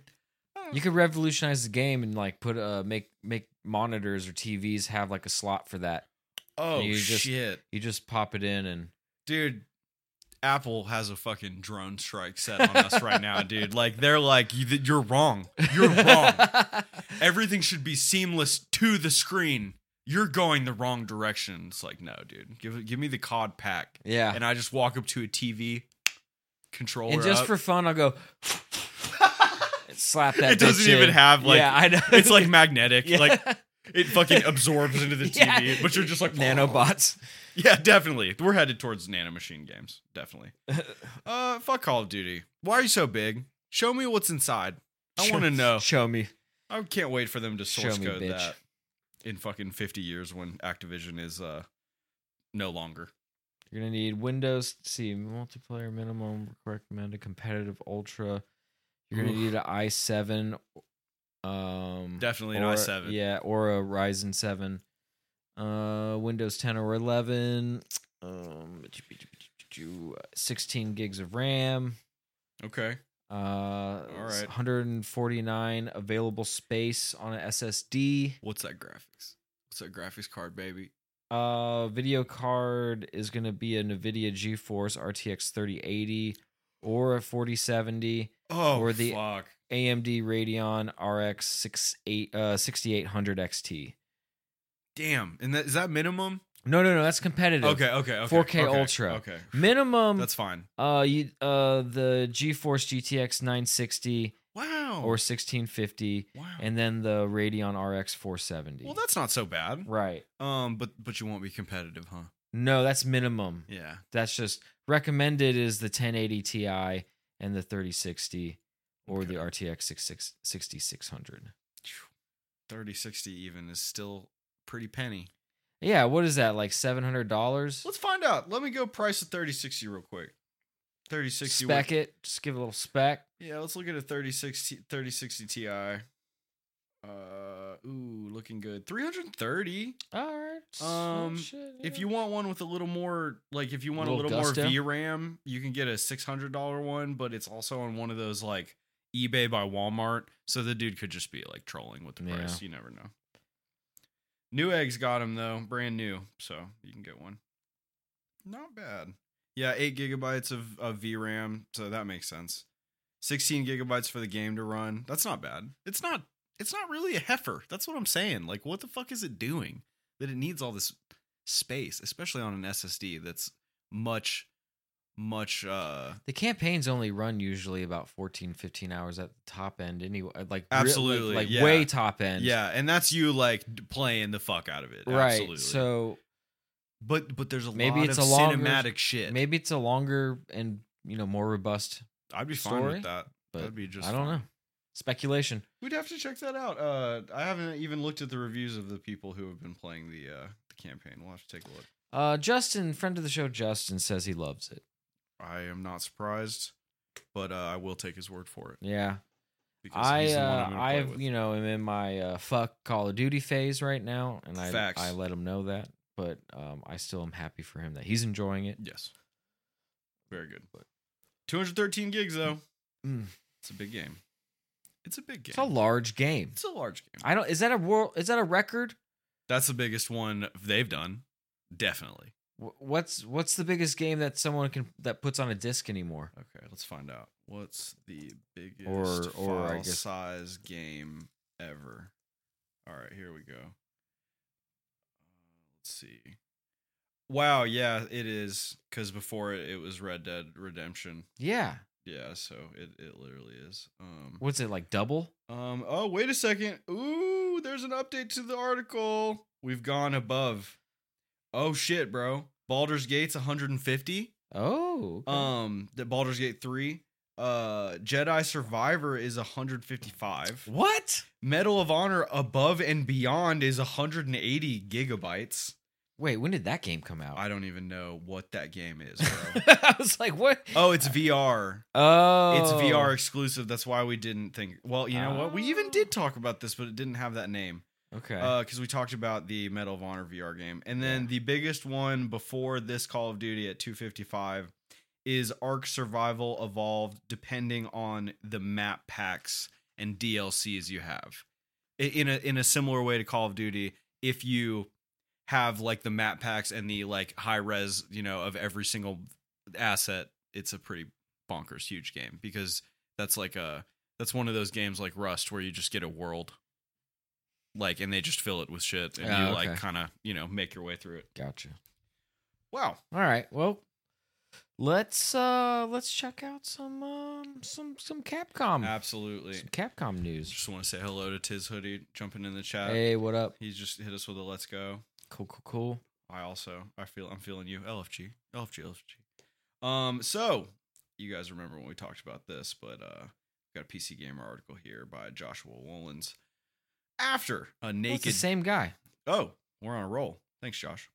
[SPEAKER 2] uh,
[SPEAKER 1] you could revolutionize the game and like put uh make make monitors or TVs have like a slot for that.
[SPEAKER 2] oh
[SPEAKER 1] You just-
[SPEAKER 2] shit
[SPEAKER 1] You just pop it in and
[SPEAKER 2] dude apple has a fucking drone strike set on us right now dude like they're like you, you're wrong you're wrong everything should be seamless to the screen you're going the wrong direction it's like no dude give give me the cod pack
[SPEAKER 1] yeah,
[SPEAKER 2] and i just walk up to a tv controller
[SPEAKER 1] and just
[SPEAKER 2] up.
[SPEAKER 1] for fun, I'll go slap that.
[SPEAKER 2] It doesn't
[SPEAKER 1] bitch
[SPEAKER 2] even
[SPEAKER 1] in.
[SPEAKER 2] have, like-
[SPEAKER 1] yeah, I know.
[SPEAKER 2] it's like magnetic
[SPEAKER 1] Yeah.
[SPEAKER 2] like it fucking absorbs into the
[SPEAKER 1] Yeah.
[SPEAKER 2] TV, but you're just like
[SPEAKER 1] nanobots.
[SPEAKER 2] Yeah, definitely. We're headed towards nano machine games. Definitely. uh, fuck Call of Duty. Why are you so big? Show me what's inside. I want to know.
[SPEAKER 1] Show me.
[SPEAKER 2] I can't wait for them to source
[SPEAKER 1] Show me,
[SPEAKER 2] code
[SPEAKER 1] bitch.
[SPEAKER 2] that in fucking 50 years when Activision is uh no longer.
[SPEAKER 1] You're gonna need Windows. to See multiplayer minimum recommended competitive ultra. You're gonna
[SPEAKER 2] Oof.
[SPEAKER 1] need an i7. Um,
[SPEAKER 2] Definitely an
[SPEAKER 1] or-
[SPEAKER 2] i7.
[SPEAKER 1] Yeah, or a Ryzen seven. Uh, Windows 10 or 11. Um, 16 gigs of RAM.
[SPEAKER 2] Okay.
[SPEAKER 1] Uh, All
[SPEAKER 2] right.
[SPEAKER 1] 149 available space on an SSD.
[SPEAKER 2] What's that graphics? What's that graphics card, baby?
[SPEAKER 1] Uh, video card is going to be a NVIDIA GeForce RTX 3080 or a 4070
[SPEAKER 2] Oh,
[SPEAKER 1] Or the-
[SPEAKER 2] fuck.
[SPEAKER 1] AMD Radeon RX 68 uh, 6800 XT.
[SPEAKER 2] Damn. And that is that minimum?
[SPEAKER 1] No, no, no, that's competitive.
[SPEAKER 2] Okay, okay, okay.
[SPEAKER 1] 4K
[SPEAKER 2] okay,
[SPEAKER 1] Ultra.
[SPEAKER 2] Okay.
[SPEAKER 1] Minimum
[SPEAKER 2] That's fine.
[SPEAKER 1] uh you uh the GeForce GTX 960
[SPEAKER 2] Wow.
[SPEAKER 1] or 1650
[SPEAKER 2] wow.
[SPEAKER 1] and then the Radeon RX 470.
[SPEAKER 2] well, that's not so bad.
[SPEAKER 1] right.
[SPEAKER 2] Um, but but you won't be competitive, huh?
[SPEAKER 1] No, that's minimum.
[SPEAKER 2] Yeah.
[SPEAKER 1] That's just recommended is the 1080 Ti and the 3060 or the RTX 66 6600.
[SPEAKER 2] 3060 even is still pretty penny.
[SPEAKER 1] Yeah, what is that like $700?
[SPEAKER 2] Let's find out. Let me go price a 3060 real quick. 3060
[SPEAKER 1] Spec it, just give it a little spec.
[SPEAKER 2] Yeah, let's look at a 3060 3060 Ti. Uh ooh, looking good. 330.
[SPEAKER 1] All right. s-
[SPEAKER 2] Um,
[SPEAKER 1] shit,
[SPEAKER 2] If
[SPEAKER 1] yeah.
[SPEAKER 2] you want one with a little more like if you want a
[SPEAKER 1] Little
[SPEAKER 2] little,
[SPEAKER 1] gusto.
[SPEAKER 2] more VRAM, you can get a $600 one, but it's also on one of those like eBay by Walmart, so the dude could just be like trolling with the
[SPEAKER 1] Yeah.
[SPEAKER 2] price. You never know. New eggs got him though, brand new, so you can get one. Not bad. Yeah, eight gigabytes of, of VRAM, so that makes sense. Sixteen gigabytes for the game to run. That's not bad. It's not. It's not really a heifer. That's what I'm saying. Like, what the fuck is it doing that it needs all this space, especially on an SSD that's much, much. uh
[SPEAKER 1] the campaigns only run usually about 14 15 hours at the top end anyway uh, like re- like-
[SPEAKER 2] Absolutely,
[SPEAKER 1] like,
[SPEAKER 2] yeah.
[SPEAKER 1] way top end
[SPEAKER 2] Yeah, and that's you like d- playing the fuck out of it.
[SPEAKER 1] right
[SPEAKER 2] Absolutely.
[SPEAKER 1] so
[SPEAKER 2] but but there's a
[SPEAKER 1] maybe
[SPEAKER 2] lot
[SPEAKER 1] it's
[SPEAKER 2] of
[SPEAKER 1] a longer-
[SPEAKER 2] cinematic shit.
[SPEAKER 1] maybe it's a longer and you know more robust
[SPEAKER 2] I'd be fine
[SPEAKER 1] story,
[SPEAKER 2] with that.
[SPEAKER 1] but
[SPEAKER 2] That'd be just
[SPEAKER 1] i don't
[SPEAKER 2] fine.
[SPEAKER 1] know speculation
[SPEAKER 2] We'd have to check that out. Uh, I haven't even looked at the reviews of the people who have been playing the uh, the campaign. We'll have to take a look.
[SPEAKER 1] Uh, Justin, friend of the show, Justin says he loves it.
[SPEAKER 2] I am not surprised, but uh, I will take his word for it
[SPEAKER 1] Yeah,
[SPEAKER 2] because
[SPEAKER 1] I
[SPEAKER 2] he's the one I'm
[SPEAKER 1] uh,
[SPEAKER 2] gonna play
[SPEAKER 1] I
[SPEAKER 2] with.
[SPEAKER 1] you know am in my uh, fuck Call of Duty phase right now, and I
[SPEAKER 2] Facts.
[SPEAKER 1] I let him know that, but um, I still am happy for him that he's enjoying it.
[SPEAKER 2] yes, very good. Two hundred thirteen gigs though.
[SPEAKER 1] Mm.
[SPEAKER 2] It's a big game. It's a big game.
[SPEAKER 1] It's a large game.
[SPEAKER 2] It's a large game.
[SPEAKER 1] I don't. Is that a world? Is that a record?
[SPEAKER 2] That's the biggest one they've done. Definitely.
[SPEAKER 1] Wh- What's what's the biggest game that someone can that puts on a disc anymore?
[SPEAKER 2] Okay, let's find out. What's the biggest
[SPEAKER 1] Or- or I
[SPEAKER 2] file
[SPEAKER 1] guess-
[SPEAKER 2] size game ever? All right, here we go. Let's see. Wow, yeah, it is because before it, it was Red Dead Redemption.
[SPEAKER 1] Yeah.
[SPEAKER 2] Yeah, so it, it literally is. Um,
[SPEAKER 1] What's it like? Double?
[SPEAKER 2] um. Oh, wait a second. Ooh, there's an update to the article. We've gone above. Oh shit, bro. Baldur's Gate's 150.
[SPEAKER 1] Oh. okay.
[SPEAKER 2] Um, the Baldur's Gate 3. Uh, Jedi Survivor is 155.
[SPEAKER 1] what?
[SPEAKER 2] Medal of Honor Above and Beyond is 180 gigabytes.
[SPEAKER 1] Wait, when did that game come out?
[SPEAKER 2] I don't even know what that game is, bro.
[SPEAKER 1] I was like, what?
[SPEAKER 2] oh, it's VR.
[SPEAKER 1] Oh,
[SPEAKER 2] It's VR exclusive. That's why we didn't think. Well, you know what? We even
[SPEAKER 1] Oh.
[SPEAKER 2] did talk about this, but it didn't have that name.
[SPEAKER 1] Okay.
[SPEAKER 2] because Uh, we talked about the Medal of Honor VR game, and then the biggest one before this Call of Duty at 255 is Ark Survival Evolved, depending on the map packs and DLCs you have. I- In a in a similar way to Call of Duty, if you have like the map packs and the like high res, you know, of every single asset, it's a pretty bonkers huge game because that's like a that's one of those games like Rust where you just get a world like and they just fill it with shit and
[SPEAKER 1] Ah,
[SPEAKER 2] you
[SPEAKER 1] okay.
[SPEAKER 2] like kind of, you know, make your way through it.
[SPEAKER 1] gotcha.
[SPEAKER 2] Wow.
[SPEAKER 1] All right. Well, let's uh let's check out some um some some Capcom
[SPEAKER 2] Absolutely.
[SPEAKER 1] some Capcom news.
[SPEAKER 2] Just want to say hello to Tiz Hoodie jumping in the chat.
[SPEAKER 1] Hey, what up?
[SPEAKER 2] He's just hit us with a let's go.
[SPEAKER 1] Cool, cool, cool.
[SPEAKER 2] I also I feel I'm feeling you LFG LFG LFG. Um, so you guys remember when we talked about this, but uh, got a PC Gamer article here by Joshua Wollens. After a
[SPEAKER 1] Well, it's the
[SPEAKER 2] naked
[SPEAKER 1] same guy.
[SPEAKER 2] oh we're on a roll. Thanks, Josh.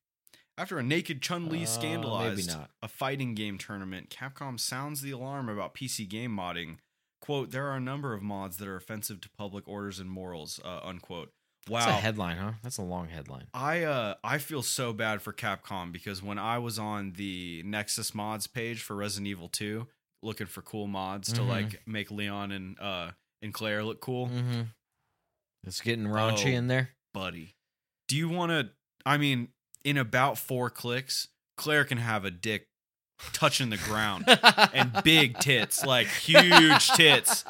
[SPEAKER 2] After a naked Chun Li
[SPEAKER 1] Uh,
[SPEAKER 2] scandalized
[SPEAKER 1] maybe not.
[SPEAKER 2] a fighting game tournament, Capcom sounds the alarm about PC game modding. "Quote: There are a number of mods that are offensive to public orders and morals." Uh, unquote. Wow,
[SPEAKER 1] That's a headline, huh? That's a long headline.
[SPEAKER 2] I uh I feel so bad for Capcom because when I was on the Nexus mods page for Resident Evil 2 looking for cool mods to
[SPEAKER 1] Mhm.
[SPEAKER 2] like make Leon and uh and Claire look cool, Oh.
[SPEAKER 1] Mm-hmm. It's getting raunchy in there.
[SPEAKER 2] buddy. Do you want to I mean in about 4 clicks, Claire can have a dick touching the ground and big tits, like huge tits.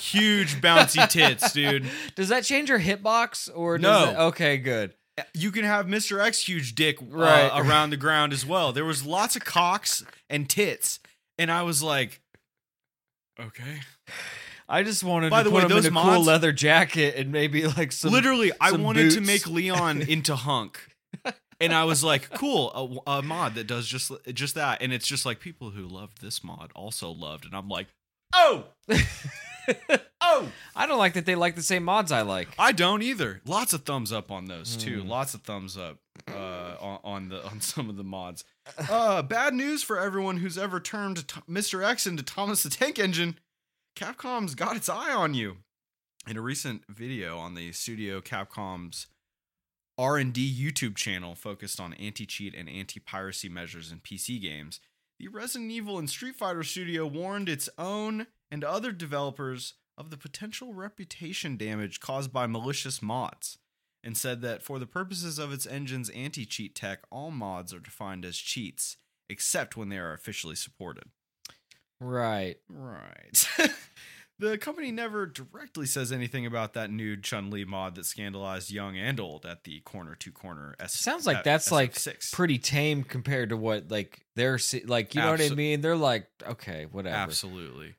[SPEAKER 2] Huge bouncy tits, dude.
[SPEAKER 1] Does that change your hitbox or
[SPEAKER 2] No.
[SPEAKER 1] does that- okay, good.
[SPEAKER 2] you can have Mr. X huge dick uh,
[SPEAKER 1] Right.
[SPEAKER 2] around the ground as well. There was lots of cocks and tits, and I was like, okay.
[SPEAKER 1] I just wanted
[SPEAKER 2] By
[SPEAKER 1] to
[SPEAKER 2] the
[SPEAKER 1] put
[SPEAKER 2] way,
[SPEAKER 1] him
[SPEAKER 2] those
[SPEAKER 1] in a cool
[SPEAKER 2] mods-
[SPEAKER 1] leather jacket and maybe like some
[SPEAKER 2] Literally, I
[SPEAKER 1] some
[SPEAKER 2] wanted to
[SPEAKER 1] boots.
[SPEAKER 2] make Leon into Hunk, and I was like, cool, a, a mod that does just just that, and it's just like people who loved this mod also loved, and I'm like, oh, oh.
[SPEAKER 1] I don't like that they like the same mods I like.
[SPEAKER 2] I don't either. Lots of thumbs up on those too.
[SPEAKER 1] Hmm.
[SPEAKER 2] Lots of thumbs up uh, on, on the on some of the mods. Uh, bad news for everyone who's ever turned T- Mr. X into Thomas the Tank Engine. Capcom's got its eye on you. In a recent video on the studio Capcom's R&D YouTube channel focused on anti-cheat and anti-piracy measures in PC games, the Resident Evil and Street Fighter studio warned its own and other developers of the potential reputation damage caused by malicious mods and said that for the purposes of its engine's anti cheat tech, all mods are defined as cheats, except when they are officially supported.
[SPEAKER 1] Right.
[SPEAKER 2] Right. the company never directly says anything about that nude Chun Li mod that scandalized young and old at the corner to corner S.
[SPEAKER 1] Sounds like
[SPEAKER 2] at
[SPEAKER 1] that's like
[SPEAKER 2] SF6.
[SPEAKER 1] pretty tame compared to what like they're se- like you know what I
[SPEAKER 2] Abso-
[SPEAKER 1] mean? They're like okay, whatever.
[SPEAKER 2] Absolutely.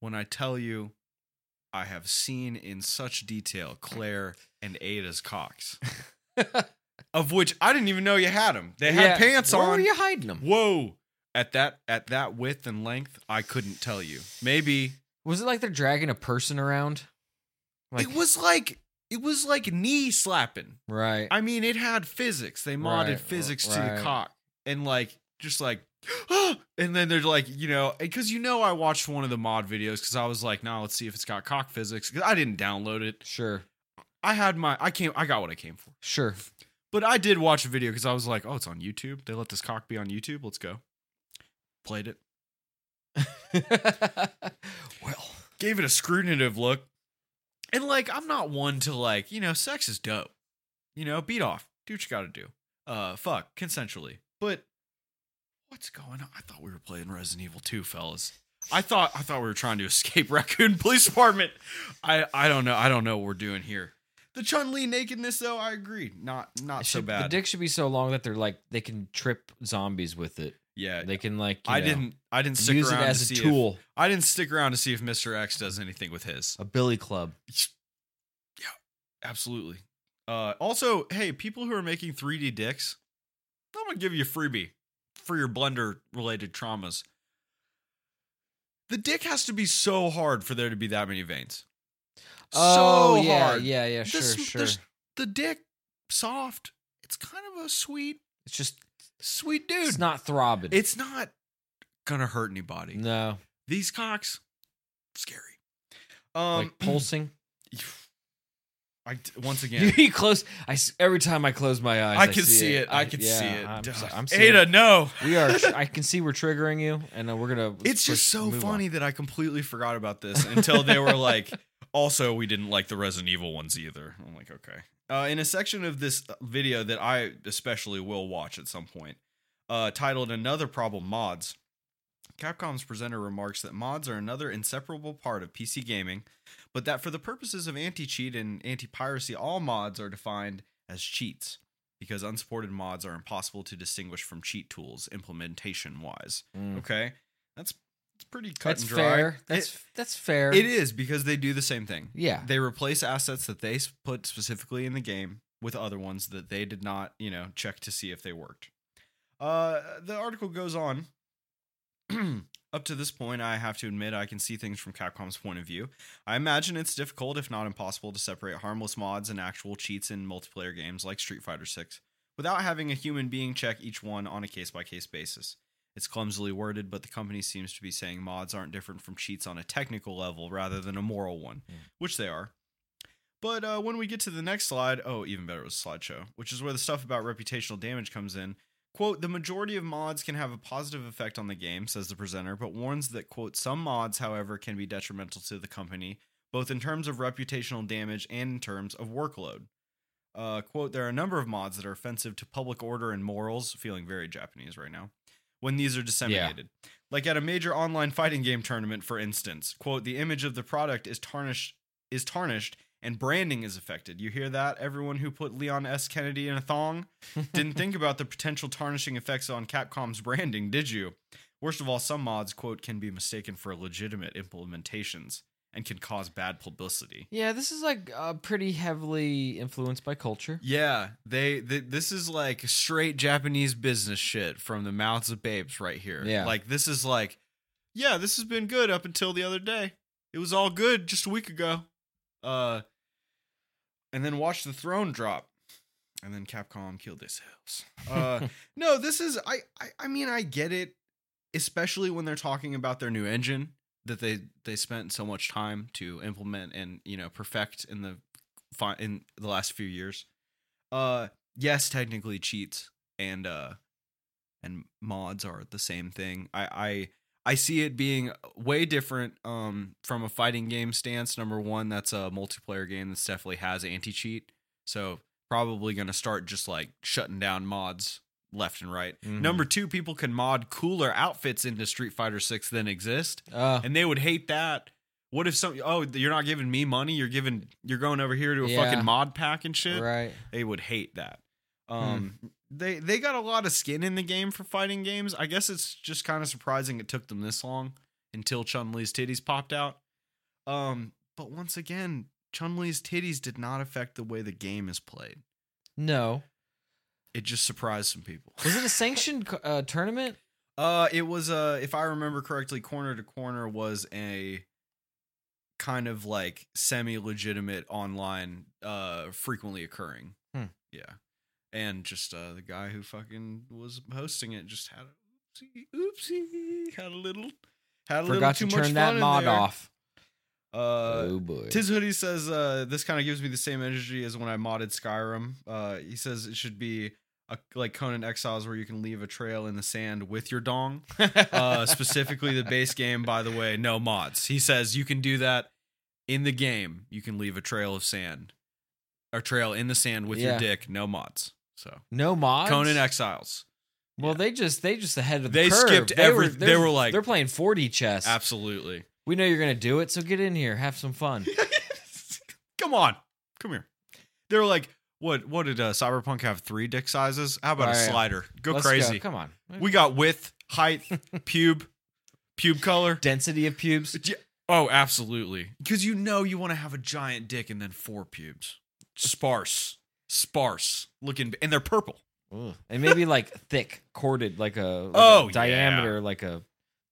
[SPEAKER 2] When I tell you, I have seen in such detail Claire and Ada's cocks, of which I didn't even know you had them. They had
[SPEAKER 1] Yeah.
[SPEAKER 2] pants
[SPEAKER 1] Where
[SPEAKER 2] on.
[SPEAKER 1] were you hiding them?
[SPEAKER 2] Whoa! At that at that width and length, I couldn't tell you. Maybe
[SPEAKER 1] Was it like they're dragging a person around? Like
[SPEAKER 2] it was like it was like knee slapping.
[SPEAKER 1] right.
[SPEAKER 2] I mean, it had physics. They modded
[SPEAKER 1] Right,
[SPEAKER 2] physics to
[SPEAKER 1] right.
[SPEAKER 2] the cock, and like just like, and then they're like, you know, because you know, I watched one of the mod videos because I was like, nah, let's see if it's got cock physics. 'Cause I didn't download it.
[SPEAKER 1] sure.
[SPEAKER 2] I had my, I came, I got what I came for.
[SPEAKER 1] Sure.
[SPEAKER 2] But I did watch a video because I was like, oh, it's on YouTube. They let this cock be on YouTube. Let's go. Played it.
[SPEAKER 1] well,
[SPEAKER 2] Gave it a scrutinative look. And like, I'm not one to like, you know, sex is dope. You know, beat off. Do what you gotta do. Uh fuck, consensually. But what's going on? I thought we were playing Resident Evil 2, fellas. I thought I thought we were trying to escape Raccoon Police Department. I I don't know. I don't know what we're doing here. The Chun Li nakedness, though, I agree. Not not
[SPEAKER 1] it
[SPEAKER 2] so
[SPEAKER 1] should-
[SPEAKER 2] bad.
[SPEAKER 1] The dick should be so long that they're like they can trip zombies with it.
[SPEAKER 2] yeah,
[SPEAKER 1] They can like you
[SPEAKER 2] I
[SPEAKER 1] know,
[SPEAKER 2] didn't. I didn't stick
[SPEAKER 1] use it
[SPEAKER 2] around
[SPEAKER 1] as
[SPEAKER 2] to
[SPEAKER 1] a
[SPEAKER 2] see if-
[SPEAKER 1] tool,
[SPEAKER 2] I didn't stick around to see if Mr. X does anything with his.
[SPEAKER 1] a billy club.
[SPEAKER 2] Absolutely. Uh, also, hey, people who are making 3D dicks, I'm gonna give you a freebie for your blender related traumas. The dick has to be so hard for there to be that many veins.
[SPEAKER 1] oh
[SPEAKER 2] so
[SPEAKER 1] yeah,
[SPEAKER 2] hard.
[SPEAKER 1] yeah, yeah. Sure,
[SPEAKER 2] This-
[SPEAKER 1] sure.
[SPEAKER 2] this- The dick soft. It's kind of a sweet,
[SPEAKER 1] it's just
[SPEAKER 2] sweet dude.
[SPEAKER 1] it's not throbbing.
[SPEAKER 2] It's not gonna hurt anybody.
[SPEAKER 1] no
[SPEAKER 2] These cocks, scary. Um,
[SPEAKER 1] like pulsing.
[SPEAKER 2] I once
[SPEAKER 1] You
[SPEAKER 2] again,
[SPEAKER 1] he close. I s- every time I close my eyes,
[SPEAKER 2] I can see it. I can
[SPEAKER 1] yeah,
[SPEAKER 2] see it.
[SPEAKER 1] I'm,
[SPEAKER 2] Duh.
[SPEAKER 1] so- I'm seeing
[SPEAKER 2] Ada,
[SPEAKER 1] it.
[SPEAKER 2] no.
[SPEAKER 1] we are. I can see we're triggering you, and uh, we're gonna.
[SPEAKER 2] It's just
[SPEAKER 1] push-
[SPEAKER 2] so
[SPEAKER 1] move on.
[SPEAKER 2] funny that I completely forgot about this until they were like, also, we didn't like the Resident Evil ones either. I'm like, okay. Uh, in a section of this uh, video that I especially will watch at some point, uh, titled Another Problem Mods, Capcom's presenter remarks that mods are another inseparable part of PC gaming, but that for the purposes of anti cheat and anti piracy, all mods are defined as cheats because unsupported mods are impossible to distinguish from cheat tools implementation wise.
[SPEAKER 1] Mm.
[SPEAKER 2] Okay, that's it's pretty cut
[SPEAKER 1] That's
[SPEAKER 2] and dry.
[SPEAKER 1] fair. That's
[SPEAKER 2] It-
[SPEAKER 1] that's fair.
[SPEAKER 2] it is because they do the same thing.
[SPEAKER 1] Yeah.
[SPEAKER 2] They replace assets that they s- put specifically in the game with other ones that they did not, you know, check to see if they worked. Uh, the article goes on. Up to this point, I have to admit I can see things from Capcom's point of view. I imagine it's difficult, if not impossible, to separate harmless mods and actual cheats in multiplayer games like Street Fighter 6 without having a human being check each one on a case by case basis. It's clumsily worded, but the company seems to be saying mods aren't different from cheats on a technical level rather than a moral one, which they are. But uh, when we get to the next slide, oh, even better, it was a slideshow, which is where the stuff about reputational damage comes in. Quote, the majority of mods can have a positive effect on the game, says the presenter, but warns that, quote, some mods, however, can be detrimental to the company, both in terms of reputational damage and in terms of workload. Uh, quote, there are a number of mods that are offensive to public order and morals, feeling very Japanese right now, when these are disseminated. Like at a major online fighting game tournament, for instance, quote, the image of the product is tarnished is tarnished and branding is affected. You hear that? Everyone who put Leon S. Kennedy in a thong didn't think about the potential tarnishing effects on Capcom's branding, did you? Worst of all, some mods, quote, can be mistaken for legitimate implementations and can cause bad publicity.
[SPEAKER 1] Yeah, this is like uh, pretty heavily influenced by culture.
[SPEAKER 2] Yeah, they, th this is like straight Japanese business shit from the mouths of babes right here.
[SPEAKER 1] Yeah.
[SPEAKER 2] Like this is like yeah, this has been good up until the other day. It was all good just a week ago. Uh and then watch the throne drop. And then Capcom killed themselves. Uh no, this is I, I I mean I get it, especially when they're talking about their new engine that they they spent so much time to implement and, you know, perfect in the fi- in the last few years. Uh yes, technically cheats and uh and mods are the same thing. I I I see it being way different um from a fighting game stance. Number one, that's a multiplayer game that's definitely has anti cheat. So probably gonna start just like shutting down mods left and right.
[SPEAKER 1] Mhm.
[SPEAKER 2] Number two, people can mod cooler outfits into Street Fighter Six than exist.
[SPEAKER 1] Uh,
[SPEAKER 2] And they would hate that. What if some oh you're not giving me money, you're giving you're going over here to a
[SPEAKER 1] Yeah.
[SPEAKER 2] fucking mod pack and shit
[SPEAKER 1] right.
[SPEAKER 2] they would hate that. Um, they they got a lot of skin in the game for fighting games. I guess it's just kind of surprising it took them this long until Chun Li's titties popped out. Um, but once again, Chun Li's titties did not affect the way the game is played.
[SPEAKER 1] No.
[SPEAKER 2] It just surprised some people.
[SPEAKER 1] Was it a sanctioned co- uh, tournament?
[SPEAKER 2] Uh, it was uh, if I remember correctly, Corner to Corner was a kind of like semi-legitimate online, uh, frequently occurring.
[SPEAKER 1] Hmm.
[SPEAKER 2] Yeah, and just uh, the guy who fucking was hosting it just had a oopsie, oopsie, had a little, had a little
[SPEAKER 1] Forgot
[SPEAKER 2] too
[SPEAKER 1] to
[SPEAKER 2] much
[SPEAKER 1] turn
[SPEAKER 2] fun
[SPEAKER 1] that
[SPEAKER 2] in
[SPEAKER 1] mod
[SPEAKER 2] there.
[SPEAKER 1] off. Oh,
[SPEAKER 2] Uh,
[SPEAKER 1] boy.
[SPEAKER 2] Tiz Hoodie says, uh, this kind of gives me the same energy as when I modded Skyrim. Uh, he says it should be a, like Conan Exiles where you can leave a trail in the sand with your dong. Uh, specifically the base game, by the way, no mods. He says you can do that in the game. You can leave a trail of sand or trail in the sand with your
[SPEAKER 1] Yeah.
[SPEAKER 2] dick, no mods. So
[SPEAKER 1] no mods.
[SPEAKER 2] Conan Exiles.
[SPEAKER 1] Well, they just they just ahead of the
[SPEAKER 2] They
[SPEAKER 1] curve.
[SPEAKER 2] skipped every- they
[SPEAKER 1] they're-
[SPEAKER 2] were like-
[SPEAKER 1] they're playing 40 chess.
[SPEAKER 2] Absolutely.
[SPEAKER 1] We know you're gonna do it, so get in here, have some fun.
[SPEAKER 2] Come on. Come here. They were like, what what did uh, Cyberpunk have? Three dick sizes? How about a
[SPEAKER 1] Alright.
[SPEAKER 2] slider? Go
[SPEAKER 1] Let's
[SPEAKER 2] crazy.
[SPEAKER 1] Come on.
[SPEAKER 2] We got width, height, pube, pube color.
[SPEAKER 1] density of pubes.
[SPEAKER 2] Yeah. Oh, absolutely. Because you know you want to have a giant dick and then four pubes. Sparse. Sparse looking and they're purple.
[SPEAKER 1] And maybe like thick, corded, like a, like a
[SPEAKER 2] Oh, yeah.
[SPEAKER 1] diameter, like a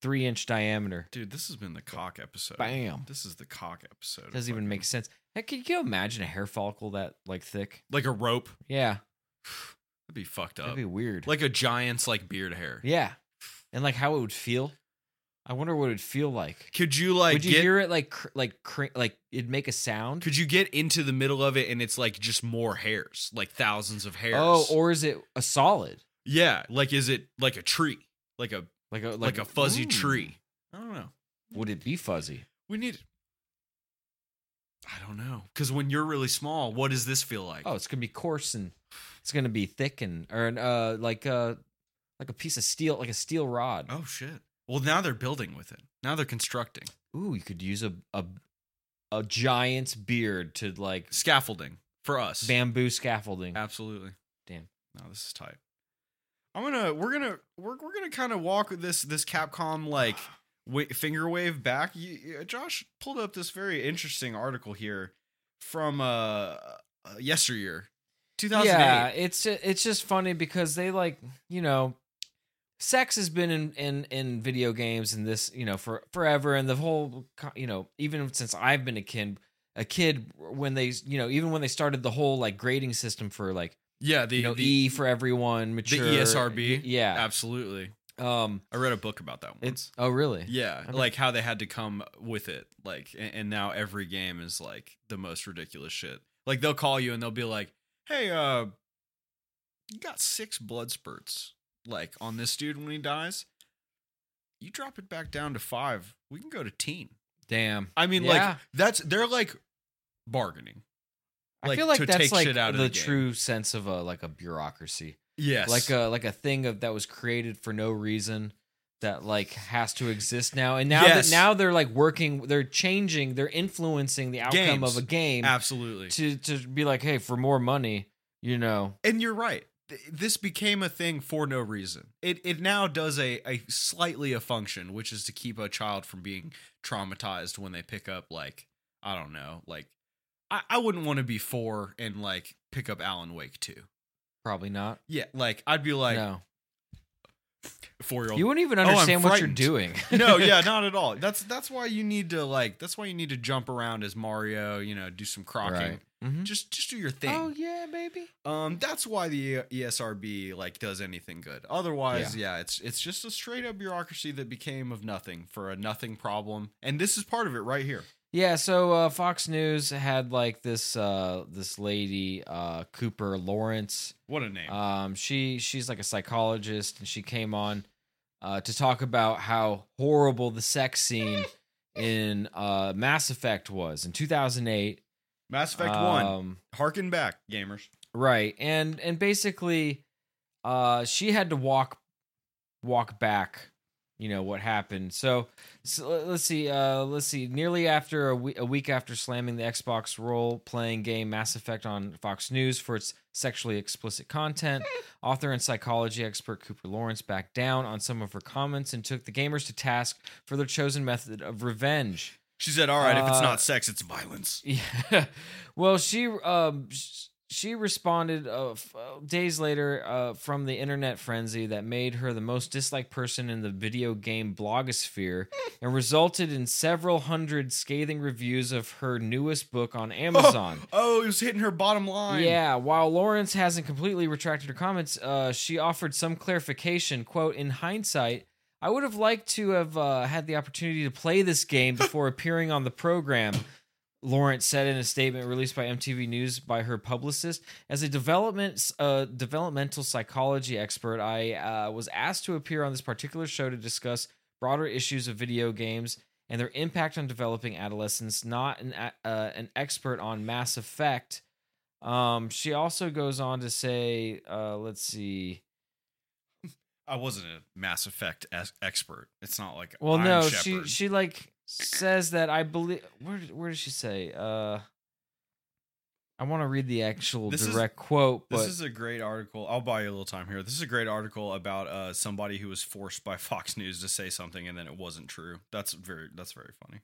[SPEAKER 1] three inch diameter.
[SPEAKER 2] Dude, this has been the cock episode.
[SPEAKER 1] Bam.
[SPEAKER 2] This is the cock episode.
[SPEAKER 1] Doesn't even make sense. Heck, can you imagine a hair follicle that like thick?
[SPEAKER 2] like a rope.
[SPEAKER 1] Yeah.
[SPEAKER 2] That'd be fucked up.
[SPEAKER 1] That'd be weird.
[SPEAKER 2] like a giant's like beard hair.
[SPEAKER 1] yeah. And like how it would feel. I wonder what it would feel like.
[SPEAKER 2] Could you like
[SPEAKER 1] would you
[SPEAKER 2] get?
[SPEAKER 1] hear it like cr- like cr- like it'd make a sound?
[SPEAKER 2] could you get into the middle of it and it's like just more hairs, like thousands of hairs?
[SPEAKER 1] Oh, or is it a solid?
[SPEAKER 2] yeah, like is it like a tree, like a
[SPEAKER 1] Like a
[SPEAKER 2] like, a fuzzy
[SPEAKER 4] ooh.
[SPEAKER 2] tree? I don't know.
[SPEAKER 1] Would it be fuzzy?
[SPEAKER 2] We need. I don't know because when you're really small, what does this feel like?
[SPEAKER 1] Oh, it's gonna be coarse and it's gonna be thick and or uh like uh like a piece of steel, like a steel rod.
[SPEAKER 2] Oh, shit. Well, now they're building with it. Now they're constructing
[SPEAKER 1] Ooh, you could use a a a giant's beard to like
[SPEAKER 2] scaffolding for us.
[SPEAKER 1] bamboo scaffolding.
[SPEAKER 2] Absolutely.
[SPEAKER 1] Damn.
[SPEAKER 2] No, this is tight. I'm gonna. We're gonna. We're we're gonna kind of walk this this Capcom like wa- finger wave back. You, you- Josh pulled up this very interesting article here from uh, uh yesteryear, 2008.
[SPEAKER 1] Yeah, it's ju- it's just funny because they like you know, sex has been in in in video games and this you know for forever and the whole co- you know even since I've been a kid a kid when they you know even when they started the whole like grading system for like
[SPEAKER 2] Yeah, the
[SPEAKER 1] you know
[SPEAKER 2] the,
[SPEAKER 1] E for everyone
[SPEAKER 2] the E
[SPEAKER 1] mature
[SPEAKER 2] ESRB.
[SPEAKER 1] yeah
[SPEAKER 2] absolutely.
[SPEAKER 1] um
[SPEAKER 2] I read a book about that. Once.
[SPEAKER 1] it's oh really
[SPEAKER 2] Yeah,
[SPEAKER 1] Okay.
[SPEAKER 2] like how they had to come with it, like, and, and now every game is like the most ridiculous shit. Like they'll call you and they'll be like, "Hey, uh, you got six blood spurts, like on this dude when he dies. You drop it back down to five, we can go to teen."
[SPEAKER 1] damn
[SPEAKER 2] I mean, like
[SPEAKER 1] Yeah.
[SPEAKER 2] that's they're like bargaining.
[SPEAKER 1] I
[SPEAKER 2] Like,
[SPEAKER 1] feel like
[SPEAKER 2] to
[SPEAKER 1] that's
[SPEAKER 2] take
[SPEAKER 1] like
[SPEAKER 2] shit out of
[SPEAKER 1] the
[SPEAKER 2] the game.
[SPEAKER 1] true sense of a like a bureaucracy
[SPEAKER 2] Yes,
[SPEAKER 1] like uh, a like a thing of that was created for no reason that like has to exist now and now
[SPEAKER 2] Yes.
[SPEAKER 1] that now they're like working they're changing they're influencing the outcome
[SPEAKER 2] Games.
[SPEAKER 1] of a game
[SPEAKER 2] absolutely.
[SPEAKER 1] to to be like hey for more money you know
[SPEAKER 2] And you're right. Th- This became a thing for no reason. It it now does a, a slightly a function, which is to keep a child from being traumatized when they pick up like I don't know, like I, I wouldn't want to be four and like pick up Alan Wake two.
[SPEAKER 1] probably not
[SPEAKER 2] Yeah, like I'd be like
[SPEAKER 1] no
[SPEAKER 2] four year old.
[SPEAKER 1] you wouldn't even
[SPEAKER 2] I'm
[SPEAKER 1] understand what you're
[SPEAKER 2] frightened.
[SPEAKER 1] doing
[SPEAKER 2] no, yeah, not at all. That's that's why you need to like that's why you need to jump around as Mario. You know, do some crocking.
[SPEAKER 1] Right. Mhm.
[SPEAKER 2] Just just do your thing.
[SPEAKER 1] oh yeah baby
[SPEAKER 2] Um, that's why the E ESRB like does anything good. Otherwise, yeah. it's it's just a straight up bureaucracy that became of nothing for a nothing problem, and this is part of it right here.
[SPEAKER 1] Yeah, so uh, Fox News had like this uh, this lady uh, Cooper Lawrence.
[SPEAKER 2] What a name!
[SPEAKER 1] Um, she she's like a psychologist, and she came on uh, to talk about how horrible the sex scene in uh, Mass Effect was in 2008.
[SPEAKER 2] Mass Effect One,
[SPEAKER 1] Um,
[SPEAKER 2] harken back, gamers.
[SPEAKER 1] right? And and basically, uh, she had to walk walk back. You know what happened. So, so le- let's see. Uh, let's see. Nearly after a, we- a week after slamming the Xbox role playing game Mass Effect on Fox News for its sexually explicit content, author and psychology expert Cooper Lawrence backed down on some of her comments and took the gamers to task for their chosen method of revenge.
[SPEAKER 2] She said, "All right, if it's
[SPEAKER 1] Uh,
[SPEAKER 2] not sex, it's violence."
[SPEAKER 1] Yeah. Well, she um sh- she responded uh, f- uh, days later uh, from the internet frenzy that made her the most disliked person in the video game blogosphere and resulted in several hundred scathing reviews of her newest book on Amazon.
[SPEAKER 2] Oh, it was hitting her bottom line.
[SPEAKER 1] Yeah, while Lawrence hasn't completely retracted her comments, uh, she offered some clarification. "Quote: In hindsight, I would have liked to have uh, had the opportunity to play this game before appearing on the program." Lawrence said in a statement released by MTV News by her publicist, "As a development uh, developmental psychology expert, I uh, was asked to appear on this particular show to discuss broader issues of video games." And their impact on developing adolescents, not an a- uh, an expert on Mass Effect, um, she also goes on to say, uh, let's see.
[SPEAKER 2] I wasn't a Mass Effect es- expert. It's not like
[SPEAKER 1] Well,
[SPEAKER 2] Iron
[SPEAKER 1] no, she
[SPEAKER 2] Shepherd.
[SPEAKER 1] she like says that I believe. Where did- where does she say? Uh, I want to read the actual
[SPEAKER 2] This is-
[SPEAKER 1] direct quote,
[SPEAKER 2] This
[SPEAKER 1] but
[SPEAKER 2] is a great article. I'll buy you a little time here. This is a great article about uh, somebody who was forced by Fox News to say something and then it wasn't true. That's very that's very funny.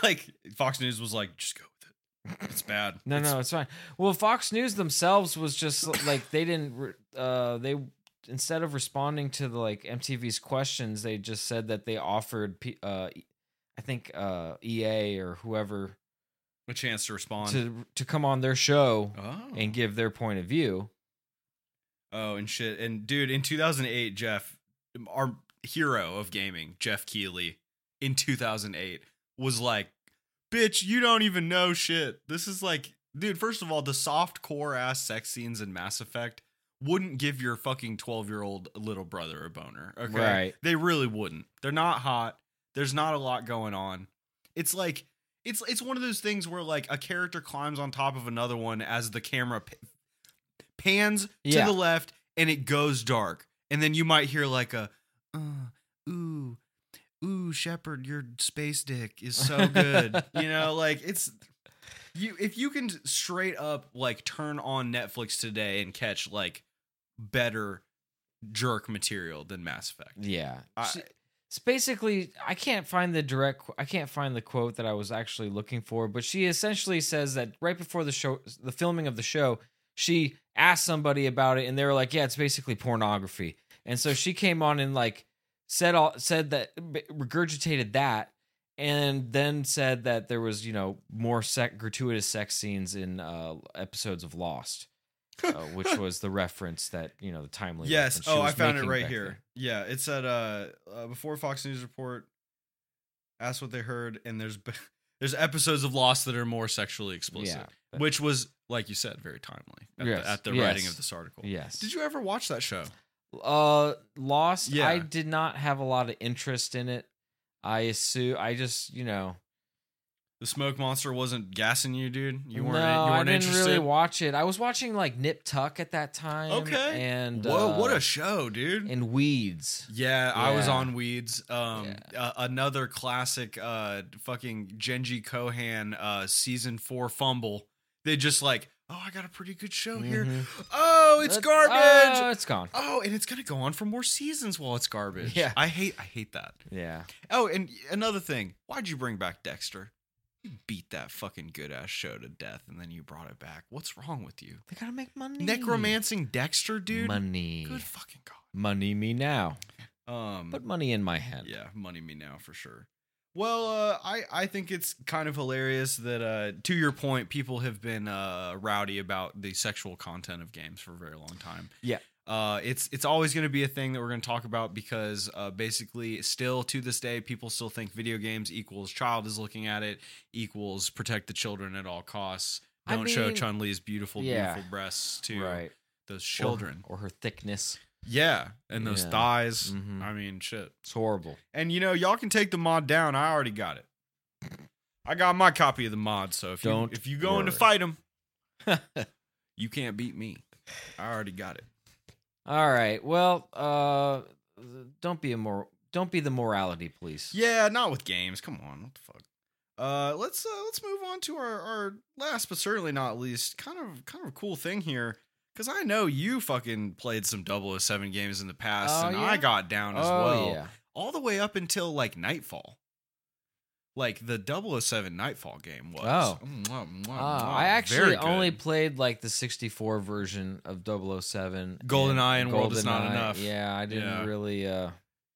[SPEAKER 2] like Fox News was like, just go with it. It's bad.
[SPEAKER 1] no,
[SPEAKER 2] It's-
[SPEAKER 1] no, it's fine. Well, Fox News themselves was just like they didn't. re- Uh, they instead of responding to the like MTV's questions, they just said that they offered. P- uh, I think uh, EA or whoever
[SPEAKER 2] A chance to respond.
[SPEAKER 1] to to come on their show
[SPEAKER 2] oh.
[SPEAKER 1] and give their point of view.
[SPEAKER 2] oh, and shit. And dude, in 2008, Jeff, our hero of gaming, Jeff Keighley, in 2008 was like, "Bitch, you don't even know shit. This is like, dude. First of all, the soft core ass sex scenes in Mass Effect wouldn't give your fucking 12 year old little brother a boner. Okay,
[SPEAKER 1] Right.
[SPEAKER 2] they really wouldn't. They're not hot. There's not a lot going on. It's like." It's, it's one of those things where like a character climbs on top of another one as the camera p- pans
[SPEAKER 1] Yeah.
[SPEAKER 2] to the left and it goes dark. And then you might hear like a, uh, ooh, ooh, Shepard, your space dick is so good. you know, like it's you if you can straight up like turn on Netflix today and catch like better jerk material than Mass Effect.
[SPEAKER 1] Yeah.
[SPEAKER 2] I-
[SPEAKER 1] S- it's basically I can't find the direct qu- I can't find the quote that I was actually looking for, but she essentially says that right before the show the filming of the show, she asked somebody about it and they were like, "Yeah, it's basically pornography." And so she came on and like said all said that b- regurgitated that and then said that there was, you know, more sec- gratuitous sex scenes in uh episodes of Lost. Uh, which was the reference that you know the timely
[SPEAKER 2] Yes.
[SPEAKER 1] reference she
[SPEAKER 2] Oh, I
[SPEAKER 1] was
[SPEAKER 2] found it
[SPEAKER 1] making
[SPEAKER 2] right
[SPEAKER 1] back
[SPEAKER 2] here.
[SPEAKER 1] then.
[SPEAKER 2] Yeah, it said uh, uh before Fox News report asked what they heard, and there's b- there's episodes of Lost that are more sexually explicit,
[SPEAKER 1] Yeah.
[SPEAKER 2] which was like you said, very timely at
[SPEAKER 1] Yes,
[SPEAKER 2] the, at the
[SPEAKER 1] yes.
[SPEAKER 2] writing of this article.
[SPEAKER 1] Yes.
[SPEAKER 2] Did you ever watch that show?
[SPEAKER 1] Uh, Lost.
[SPEAKER 2] Yeah.
[SPEAKER 1] I did not have a lot of interest in it. I assume I just you know
[SPEAKER 2] The smoke monster wasn't gassing you, dude. You weren't.
[SPEAKER 1] No,
[SPEAKER 2] you
[SPEAKER 1] I
[SPEAKER 2] weren't
[SPEAKER 1] didn't
[SPEAKER 2] interested.
[SPEAKER 1] really watch it. I was watching like Nip Tuck at that time.
[SPEAKER 2] Okay.
[SPEAKER 1] And
[SPEAKER 2] Whoa,
[SPEAKER 1] uh,
[SPEAKER 2] what a show, dude!
[SPEAKER 1] and Weeds.
[SPEAKER 2] yeah, I was
[SPEAKER 1] Yeah.
[SPEAKER 2] on Weeds. Um, uh, another classic, uh, fucking Genji Kohan, uh, season four fumble. They just like, oh, I got a pretty good show here.
[SPEAKER 1] Mhm.
[SPEAKER 2] Oh, it's
[SPEAKER 1] That's-
[SPEAKER 2] garbage.
[SPEAKER 1] Oh, it's gone.
[SPEAKER 2] oh, and it's gonna go on for more seasons while it's garbage.
[SPEAKER 1] Yeah.
[SPEAKER 2] I hate, I hate that.
[SPEAKER 1] Yeah.
[SPEAKER 2] Oh, and another thing, why'd you bring back Dexter? You beat that fucking good ass show to death, and then you brought it back. What's wrong with you?
[SPEAKER 1] They gotta make money.
[SPEAKER 2] Necromancing Dexter, dude.
[SPEAKER 1] Money.
[SPEAKER 2] Good fucking god.
[SPEAKER 1] Money me now.
[SPEAKER 2] Um,
[SPEAKER 1] Put money in my hand.
[SPEAKER 2] yeah, money me now for sure. Well, uh, I I think it's kind of hilarious that uh, to your point, people have been uh, rowdy about the sexual content of games for a very long time.
[SPEAKER 1] Yeah.
[SPEAKER 2] Uh, it's it's always going to be a thing that we're going to talk about because uh, basically, still to this day, people still think video games equals child is looking at it equals protect the children at all costs.
[SPEAKER 1] I
[SPEAKER 2] Don't show
[SPEAKER 1] mean-
[SPEAKER 2] Chun Li's beautiful,
[SPEAKER 1] Yeah.
[SPEAKER 2] beautiful breasts to
[SPEAKER 1] Right.
[SPEAKER 2] those children.
[SPEAKER 1] or, or her thickness.
[SPEAKER 2] yeah, and those
[SPEAKER 1] Yeah.
[SPEAKER 2] thighs.
[SPEAKER 1] Mhm.
[SPEAKER 2] I mean, shit.
[SPEAKER 1] It's horrible.
[SPEAKER 2] And you know, y'all can take the mod down. I already got it. I got my copy of the mod. So if
[SPEAKER 1] Don't
[SPEAKER 2] you if you go in to
[SPEAKER 1] worry.
[SPEAKER 2] fight them, you can't beat me. I already got it.
[SPEAKER 1] All right. Well, uh, don't be a mor- don't be the morality police.
[SPEAKER 2] Yeah, not with games. Come on, what the fuck. Uh, let's uh, let's move on to our our last but certainly not least kind of kind of cool thing here because I know you fucking played some 007 games in the past
[SPEAKER 1] Oh,
[SPEAKER 2] and
[SPEAKER 1] yeah?
[SPEAKER 2] I got down as
[SPEAKER 1] Oh,
[SPEAKER 2] well.
[SPEAKER 1] yeah.
[SPEAKER 2] all the way up until like Nightfall. Like the 007 Nightfall game was.
[SPEAKER 1] Oh.
[SPEAKER 2] Mwah, mwah,
[SPEAKER 1] Ah,
[SPEAKER 2] mwah.
[SPEAKER 1] I
[SPEAKER 2] Very
[SPEAKER 1] actually
[SPEAKER 2] good.
[SPEAKER 1] only played like the 64 version of 007.
[SPEAKER 2] GoldenEye and World Is Not
[SPEAKER 1] GoldenEye.
[SPEAKER 2] Enough.
[SPEAKER 1] Yeah, I didn't
[SPEAKER 2] Yeah.
[SPEAKER 1] really uh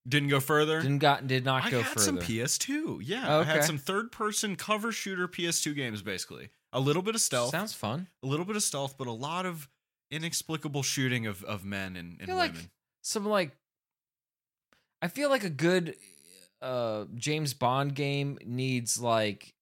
[SPEAKER 2] didn't go further.
[SPEAKER 1] didn't got did not
[SPEAKER 2] I
[SPEAKER 1] go
[SPEAKER 2] had
[SPEAKER 1] further.
[SPEAKER 2] some PS2. Yeah,
[SPEAKER 1] Oh,
[SPEAKER 2] I had
[SPEAKER 1] okay.
[SPEAKER 2] some third-person cover shooter PS2 games basically. A little bit of stealth,
[SPEAKER 1] Sounds fun.
[SPEAKER 2] a little bit of stealth, but a lot of inexplicable shooting of, of men and, and
[SPEAKER 1] feel
[SPEAKER 2] women.
[SPEAKER 1] like- Some like I feel like a good uh James Bond game needs like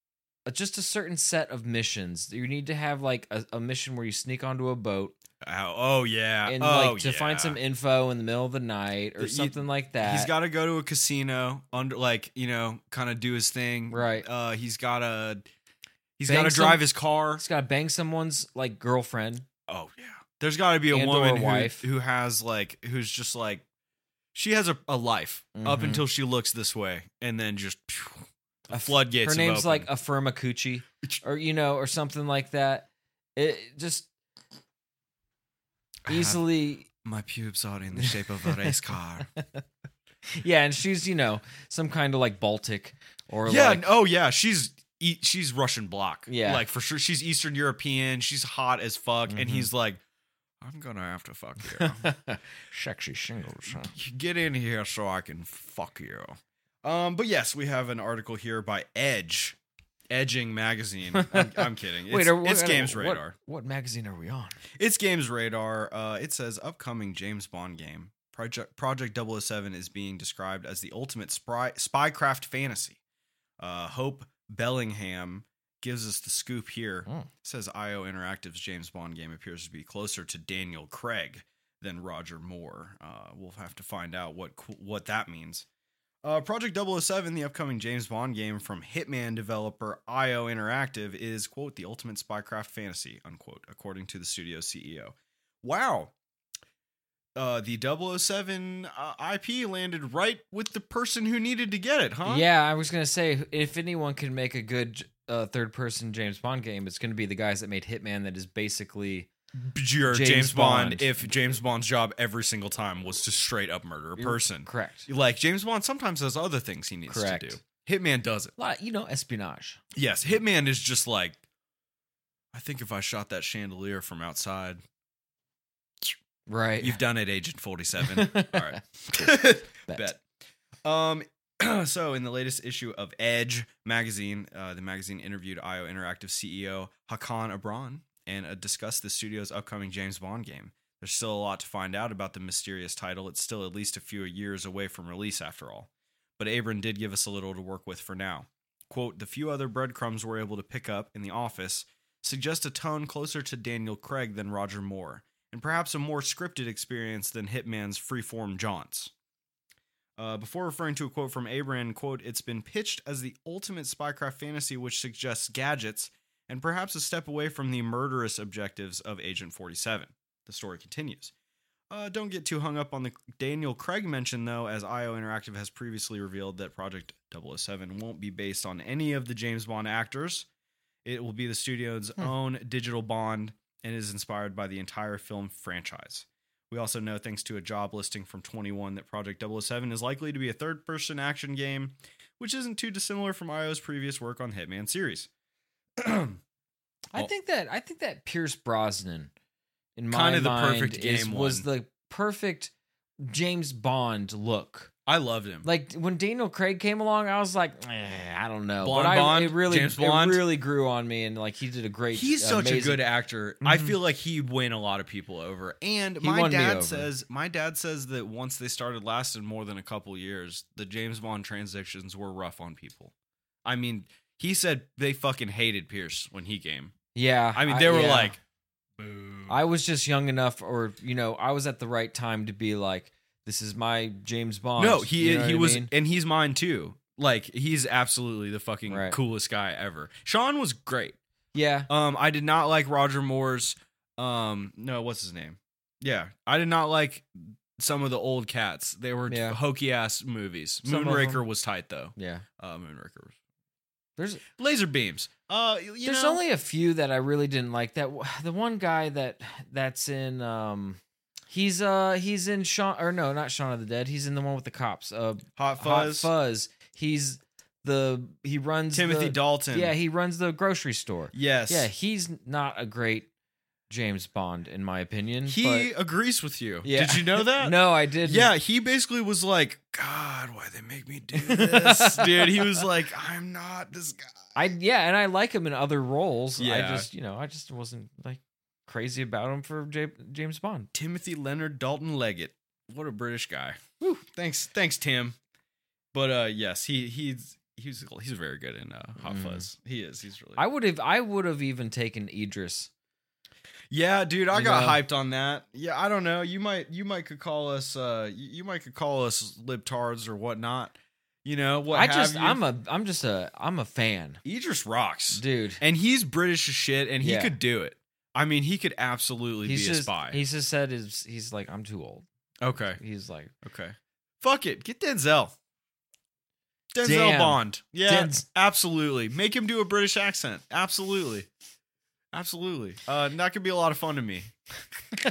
[SPEAKER 1] a- just a certain set of missions. You need to have like a, a mission where you sneak onto a boat
[SPEAKER 2] Ow. Oh yeah.
[SPEAKER 1] and
[SPEAKER 2] oh,
[SPEAKER 1] like to find
[SPEAKER 2] yeah.
[SPEAKER 1] some info in the middle of the night or
[SPEAKER 2] You-
[SPEAKER 1] something like that.
[SPEAKER 2] He's got to go to a casino under like, you know, kind of do his thing.
[SPEAKER 1] Right.
[SPEAKER 2] Uh he's got to he's
[SPEAKER 1] Bang
[SPEAKER 2] got to
[SPEAKER 1] some-
[SPEAKER 2] drive his car.
[SPEAKER 1] he's got to bang someone's like girlfriend.
[SPEAKER 2] Oh yeah. There's got to be a
[SPEAKER 1] And
[SPEAKER 2] woman
[SPEAKER 1] or
[SPEAKER 2] who,
[SPEAKER 1] wife.
[SPEAKER 2] who has like who's just like she has a, a life up
[SPEAKER 1] Mhm.
[SPEAKER 2] until she looks this way and then just phew, the
[SPEAKER 1] A f-
[SPEAKER 2] floodgates.
[SPEAKER 1] her name's
[SPEAKER 2] have
[SPEAKER 1] like
[SPEAKER 2] opened.
[SPEAKER 1] Affirma Coochie or you know or something like that. It just
[SPEAKER 2] I have
[SPEAKER 1] easily
[SPEAKER 2] my pubes are in the shape of a race car.
[SPEAKER 1] yeah, and she's you know some kind of like Baltic or
[SPEAKER 2] yeah,
[SPEAKER 1] like
[SPEAKER 2] n- oh yeah, she's e- she's Russian block.
[SPEAKER 1] Yeah.
[SPEAKER 2] Like for sure she's Eastern European, she's hot as fuck and
[SPEAKER 1] Mhm.
[SPEAKER 2] he's like I'm going to have to fuck you.
[SPEAKER 1] sexy shingles. huh?
[SPEAKER 2] get in here so I can fuck you. Um, but yes, we have an article here by Edge, Edging Magazine. I'm, I'm kidding. It's,
[SPEAKER 1] are-
[SPEAKER 2] it's
[SPEAKER 1] what-
[SPEAKER 2] Games
[SPEAKER 1] what-
[SPEAKER 2] Radar.
[SPEAKER 1] What magazine are we on?
[SPEAKER 2] It's Games Radar. Uh, it says upcoming James Bond game Project Project 007 is being described as the ultimate spy spycraft fantasy. Uh, Hope Bellingham gives us the scoop here.
[SPEAKER 1] Mm.
[SPEAKER 2] Says IO Interactive's James Bond game appears to be closer to Daniel Craig than Roger Moore. Uh, we'll have to find out what co- what that means. Uh, Project 007, the upcoming James Bond game from Hitman developer IO Interactive, is quote the ultimate spycraft fantasy unquote, according to the studio CEO. Wow, uh, the 007 uh, IP landed right with the person who needed to get it, huh?
[SPEAKER 1] Yeah, I was gonna say if anyone can make a good uh, third-person James Bond game, it's gonna be the guys that made Hitman. That is basically
[SPEAKER 2] James,
[SPEAKER 1] James
[SPEAKER 2] James Bond,
[SPEAKER 1] Bond.
[SPEAKER 2] If James Bond's job every single time was to straight up murder a person,
[SPEAKER 1] correct.
[SPEAKER 2] like James Bond sometimes has other things he needs
[SPEAKER 1] Correct.
[SPEAKER 2] to do. Hitman does it.
[SPEAKER 1] A lot, you know, espionage.
[SPEAKER 2] Yes, Hitman is just like, I think if I shot that chandelier from outside,
[SPEAKER 1] Right.
[SPEAKER 2] you've done it, Agent Forty Seven. All right. Bet.
[SPEAKER 1] Bet.
[SPEAKER 2] Um, so in the latest issue of Edge magazine, uh, the magazine interviewed IO Interactive CEO Hakan Abron and uh, discussed the studio's upcoming James Bond game. There's still a lot to find out about the mysterious title. It's still at least a few years away from release, after all. But Abron did give us a little to work with for now. Quote, the few other breadcrumbs we're able to pick up in the office suggest a tone closer to Daniel Craig than Roger Moore, and perhaps a more scripted experience than Hitman's freeform jaunts. Uh, before referring to a quote from Abram, quote, it's been pitched as the ultimate spycraft fantasy which suggests gadgets and perhaps a step away from the murderous objectives of Agent 47. The story continues. Uh, don't get too hung up on the Daniel Craig mention, though, as IO Interactive has previously revealed that Project 007 won't be based on any of the James Bond actors. It will be the studio's own digital Bond and is inspired by the entire film franchise. We also know, thanks to a job listing from 21, that Project 007 is likely to be a third person action game, which isn't too dissimilar from IO's previous work on Hitman series.
[SPEAKER 1] I think that I think that Pierce Brosnan, in my
[SPEAKER 2] Kinda the
[SPEAKER 1] mind,
[SPEAKER 2] perfect
[SPEAKER 1] is-
[SPEAKER 2] game
[SPEAKER 1] was
[SPEAKER 2] one.
[SPEAKER 1] the perfect James Bond look.
[SPEAKER 2] I loved him.
[SPEAKER 1] Like when Daniel Craig came along, I was like, eh, I don't know.
[SPEAKER 2] Blonde
[SPEAKER 1] but I,
[SPEAKER 2] Bond,
[SPEAKER 1] it really,
[SPEAKER 2] James Bond.
[SPEAKER 1] it really grew on me, and like he did a great.
[SPEAKER 2] He's such a
[SPEAKER 1] amazing-
[SPEAKER 2] good actor. I feel like he'd win a lot of people over. And
[SPEAKER 1] He
[SPEAKER 2] my
[SPEAKER 1] won me
[SPEAKER 2] dad
[SPEAKER 1] over.
[SPEAKER 2] says my dad says that once they started lasting more than a couple years, the James Bond transitions were rough on people. I mean, he said they fucking hated Pierce when he came.
[SPEAKER 1] Yeah,
[SPEAKER 2] I mean, they were
[SPEAKER 1] yeah.
[SPEAKER 2] like,
[SPEAKER 1] I was just young enough, or you know, I was at the right time to be like, this is my James Bond.
[SPEAKER 2] no, he
[SPEAKER 1] You know
[SPEAKER 2] he
[SPEAKER 1] what I
[SPEAKER 2] was,
[SPEAKER 1] mean?
[SPEAKER 2] and he's mine too. Like he's absolutely the fucking
[SPEAKER 1] Right.
[SPEAKER 2] coolest guy ever. Sean was great.
[SPEAKER 1] yeah.
[SPEAKER 2] Um, I did not like Roger Moore's. Um, no, what's his name? Yeah, I did not like some of the old cats. They were
[SPEAKER 1] Yeah.
[SPEAKER 2] hokey ass movies.
[SPEAKER 1] Some of
[SPEAKER 2] Moonraker was tight though.
[SPEAKER 1] Yeah,
[SPEAKER 2] Uh, Moonraker. Was...
[SPEAKER 1] there's
[SPEAKER 2] Laser beams. Uh, y- you
[SPEAKER 1] there's
[SPEAKER 2] know,
[SPEAKER 1] only a few that I really didn't like. That w- the one guy that that's in um, he's uh he's in Shaun or no, not Shaun of the Dead. He's in the one with the cops. Uh,
[SPEAKER 2] Hot Fuzz.
[SPEAKER 1] Hot Fuzz. He's the he runs
[SPEAKER 2] Timothy
[SPEAKER 1] the,
[SPEAKER 2] Dalton.
[SPEAKER 1] Yeah, he runs the grocery store.
[SPEAKER 2] yes.
[SPEAKER 1] Yeah, he's not a great James Bond in my opinion.
[SPEAKER 2] He
[SPEAKER 1] but-
[SPEAKER 2] agrees with you.
[SPEAKER 1] Yeah.
[SPEAKER 2] Did you know that?
[SPEAKER 1] no, I didn't.
[SPEAKER 2] Yeah, he basically was like, God, why they make me do this, dude? He was like, I'm not this guy.
[SPEAKER 1] I yeah, and I like him in other roles.
[SPEAKER 2] Yeah.
[SPEAKER 1] I just you know I just wasn't like crazy about him for J- James Bond.
[SPEAKER 2] Timothy Leonard Dalton Leggett. What a British guy. Thanks, thanks, Tim. But uh, yes, he he's he's he's very good in uh, Hot
[SPEAKER 1] Mm.
[SPEAKER 2] Fuzz. He is. He's really.
[SPEAKER 1] I would have I would have even taken Idris.
[SPEAKER 2] yeah, dude, I
[SPEAKER 1] You
[SPEAKER 2] got
[SPEAKER 1] know.
[SPEAKER 2] hyped on that. Yeah, I don't know. You might you might could call us uh you, you might could call us libtards or whatnot. You know what?
[SPEAKER 1] I
[SPEAKER 2] have
[SPEAKER 1] just
[SPEAKER 2] you.
[SPEAKER 1] I'm a I'm just a I'm a fan,
[SPEAKER 2] Idris rocks,
[SPEAKER 1] dude.
[SPEAKER 2] and he's British as shit, and he
[SPEAKER 1] Yeah.
[SPEAKER 2] could do it. I mean, he could absolutely
[SPEAKER 1] He's
[SPEAKER 2] be a
[SPEAKER 1] just
[SPEAKER 2] spy.
[SPEAKER 1] he's just said is he's like I'm too old.
[SPEAKER 2] okay,
[SPEAKER 1] He's like
[SPEAKER 2] Okay. Fuck it. Get Denzel. Denzel
[SPEAKER 1] Damn.
[SPEAKER 2] Bond. Yeah.
[SPEAKER 1] Denz-
[SPEAKER 2] absolutely. Make him do a British accent. Absolutely. Absolutely. Uh, that could be a lot of fun to me.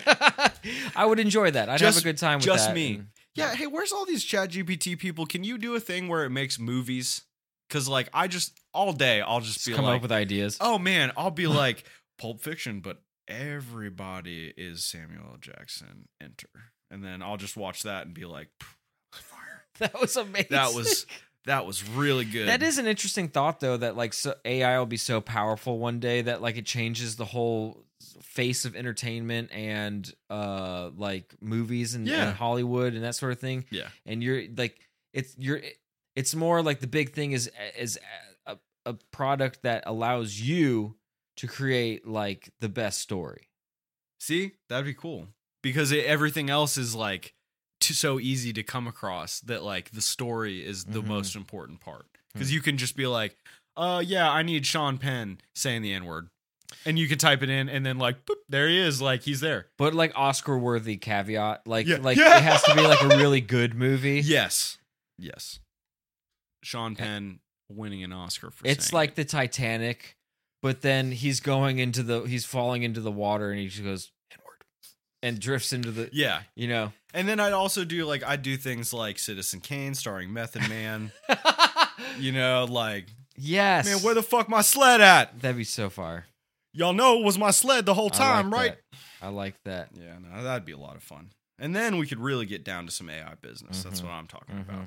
[SPEAKER 1] I would enjoy that. I'd
[SPEAKER 2] Just-
[SPEAKER 1] have a good time with
[SPEAKER 2] just
[SPEAKER 1] that,
[SPEAKER 2] me.
[SPEAKER 1] and-
[SPEAKER 2] Yeah. Hey, where's all these chat GPT people? Can you do a thing where it makes movies? Cause like I just all day I'll just,
[SPEAKER 1] Just
[SPEAKER 2] be
[SPEAKER 1] come
[SPEAKER 2] like,
[SPEAKER 1] up with ideas.
[SPEAKER 2] oh man, I'll be like Pulp Fiction, but everybody is Samuel L. Jackson. Enter. And then I'll just watch that and be like, fire.
[SPEAKER 1] that was amazing.
[SPEAKER 2] That was that was really good.
[SPEAKER 1] That is an interesting thought, though, that like so AI will be so powerful one day that like it changes the whole face of entertainment and uh like movies and,
[SPEAKER 2] Yeah.
[SPEAKER 1] and Hollywood and that sort of thing.
[SPEAKER 2] Yeah.
[SPEAKER 1] and you're like it's you're it's more like the big thing is is a, a product that allows you to create like the best story.
[SPEAKER 2] See, that'd be cool because it, everything else is like too, so easy to come across that like the story is the
[SPEAKER 1] Mhm.
[SPEAKER 2] most important part
[SPEAKER 1] Hmm.
[SPEAKER 2] because you can just be like, uh, yeah, I need Sean Penn saying the N word, and you can type it in and then like, boop, there he is, like he's there.
[SPEAKER 1] But like Oscar worthy caveat, like
[SPEAKER 2] Yeah.
[SPEAKER 1] like
[SPEAKER 2] Yeah.
[SPEAKER 1] it has to be like a really good movie.
[SPEAKER 2] Yes, yes, Sean Penn winning an Oscar for
[SPEAKER 1] it's
[SPEAKER 2] saying
[SPEAKER 1] like
[SPEAKER 2] it.
[SPEAKER 1] the Titanic, but then he's going into the he's falling into the water and he just goes inward and drifts into the
[SPEAKER 2] yeah,
[SPEAKER 1] you know.
[SPEAKER 2] and then I'd also do like I do things like Citizen Kane starring Method Man, you know, like
[SPEAKER 1] yes,
[SPEAKER 2] man, where the fuck my sled at?
[SPEAKER 1] that'd be so far.
[SPEAKER 2] Y'all know it was my sled the whole time, right?
[SPEAKER 1] I like that.
[SPEAKER 2] Yeah, no, that'd be a lot of fun. And then we could really get down to some AI business. That's
[SPEAKER 1] Mhm.
[SPEAKER 2] what I'm talking
[SPEAKER 1] Mhm.
[SPEAKER 2] about.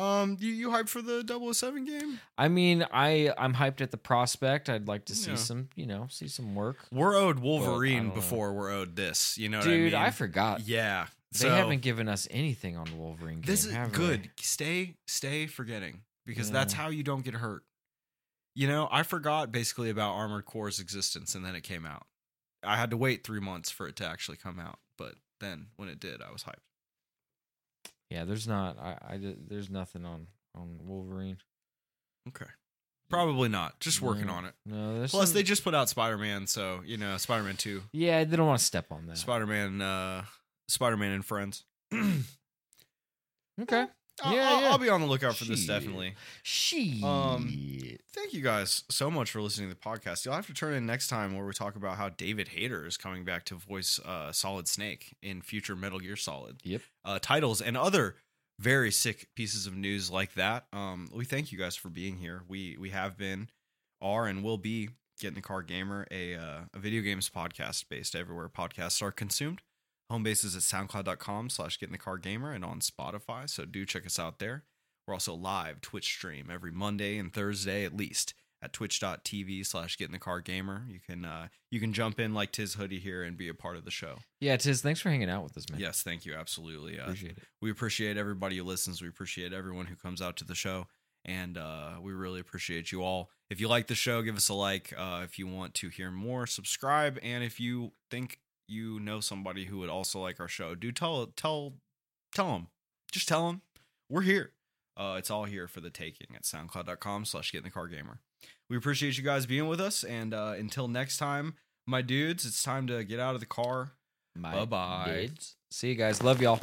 [SPEAKER 2] Um, you, you hyped for the 007 game?
[SPEAKER 1] I mean, I I'm hyped at the prospect. I'd like to see
[SPEAKER 2] Yeah.
[SPEAKER 1] some, you know, see some work.
[SPEAKER 2] We're owed
[SPEAKER 1] I
[SPEAKER 2] Wolverine
[SPEAKER 1] don't know.
[SPEAKER 2] before we're owed this. You know
[SPEAKER 1] Dude,
[SPEAKER 2] what I
[SPEAKER 1] I,
[SPEAKER 2] mean?
[SPEAKER 1] forgot.
[SPEAKER 2] Yeah.
[SPEAKER 1] They
[SPEAKER 2] so
[SPEAKER 1] haven't given us anything on the Wolverine game.
[SPEAKER 2] This is
[SPEAKER 1] have
[SPEAKER 2] good.
[SPEAKER 1] they?
[SPEAKER 2] Stay stay forgetting because that's
[SPEAKER 1] Yeah.
[SPEAKER 2] how you don't get hurt. You know, I forgot basically about Armored Core's existence and then it came out. I had to wait 3 months for it to actually come out, but then when it did, I was hyped.
[SPEAKER 1] Yeah, there's not. I, I di- there's nothing on on Wolverine.
[SPEAKER 2] Okay. Probably not. Just working
[SPEAKER 1] No.
[SPEAKER 2] on it.
[SPEAKER 1] No, there's
[SPEAKER 2] Plus,
[SPEAKER 1] some-
[SPEAKER 2] they just put out Spider Man, so you know Spider Man Two,
[SPEAKER 1] yeah they don't want to step on that.
[SPEAKER 2] Spider Man, uh, Spider Man and Friends.
[SPEAKER 1] okay.
[SPEAKER 2] I'll,
[SPEAKER 1] Yeah,
[SPEAKER 2] I'll,
[SPEAKER 1] yeah.
[SPEAKER 2] I'll be on the lookout for this
[SPEAKER 1] Shit.
[SPEAKER 2] definitely.
[SPEAKER 1] She.
[SPEAKER 2] Thank you guys so much for listening to the podcast. You'll have to turn in next time where we talk about how David Hayter is coming back to voice uh, Solid Snake in future Metal Gear Solid
[SPEAKER 1] Yep.
[SPEAKER 2] uh, titles and other very sick pieces of news like that. Um, we thank you guys for being here. We we have been, are, and will be getting the car gamer a uh, a video games podcast based everywhere podcasts are consumed. Home base is at soundcloud.com slash getting the car gamer and on Spotify. So do check us out there. We're also live Twitch stream every Monday and Thursday at least at twitch.tv slash getting the car gamer. You can uh, you can jump in like Tiz Hoodie here and be a part of the show.
[SPEAKER 1] Yeah, Tiz. Thanks for hanging out with us, man.
[SPEAKER 2] Yes, thank you. Absolutely. Uh,
[SPEAKER 1] Appreciate it.
[SPEAKER 2] we appreciate everybody who listens. We appreciate everyone who comes out to the show. And uh, we really appreciate you all. If you like the show, give us a like. Uh, if you want to hear more, subscribe. And if you think you know somebody who would also like our show, do tell tell tell them. Just tell them we're here. Uh, it's all here for the taking at SoundCloud.com/slash Get in the Car Gamer. We appreciate you guys being with us. And uh, until next time, my dudes, it's time to get out of the car.
[SPEAKER 1] My
[SPEAKER 2] Bye-bye.
[SPEAKER 1] dudes. See you guys. Love y'all.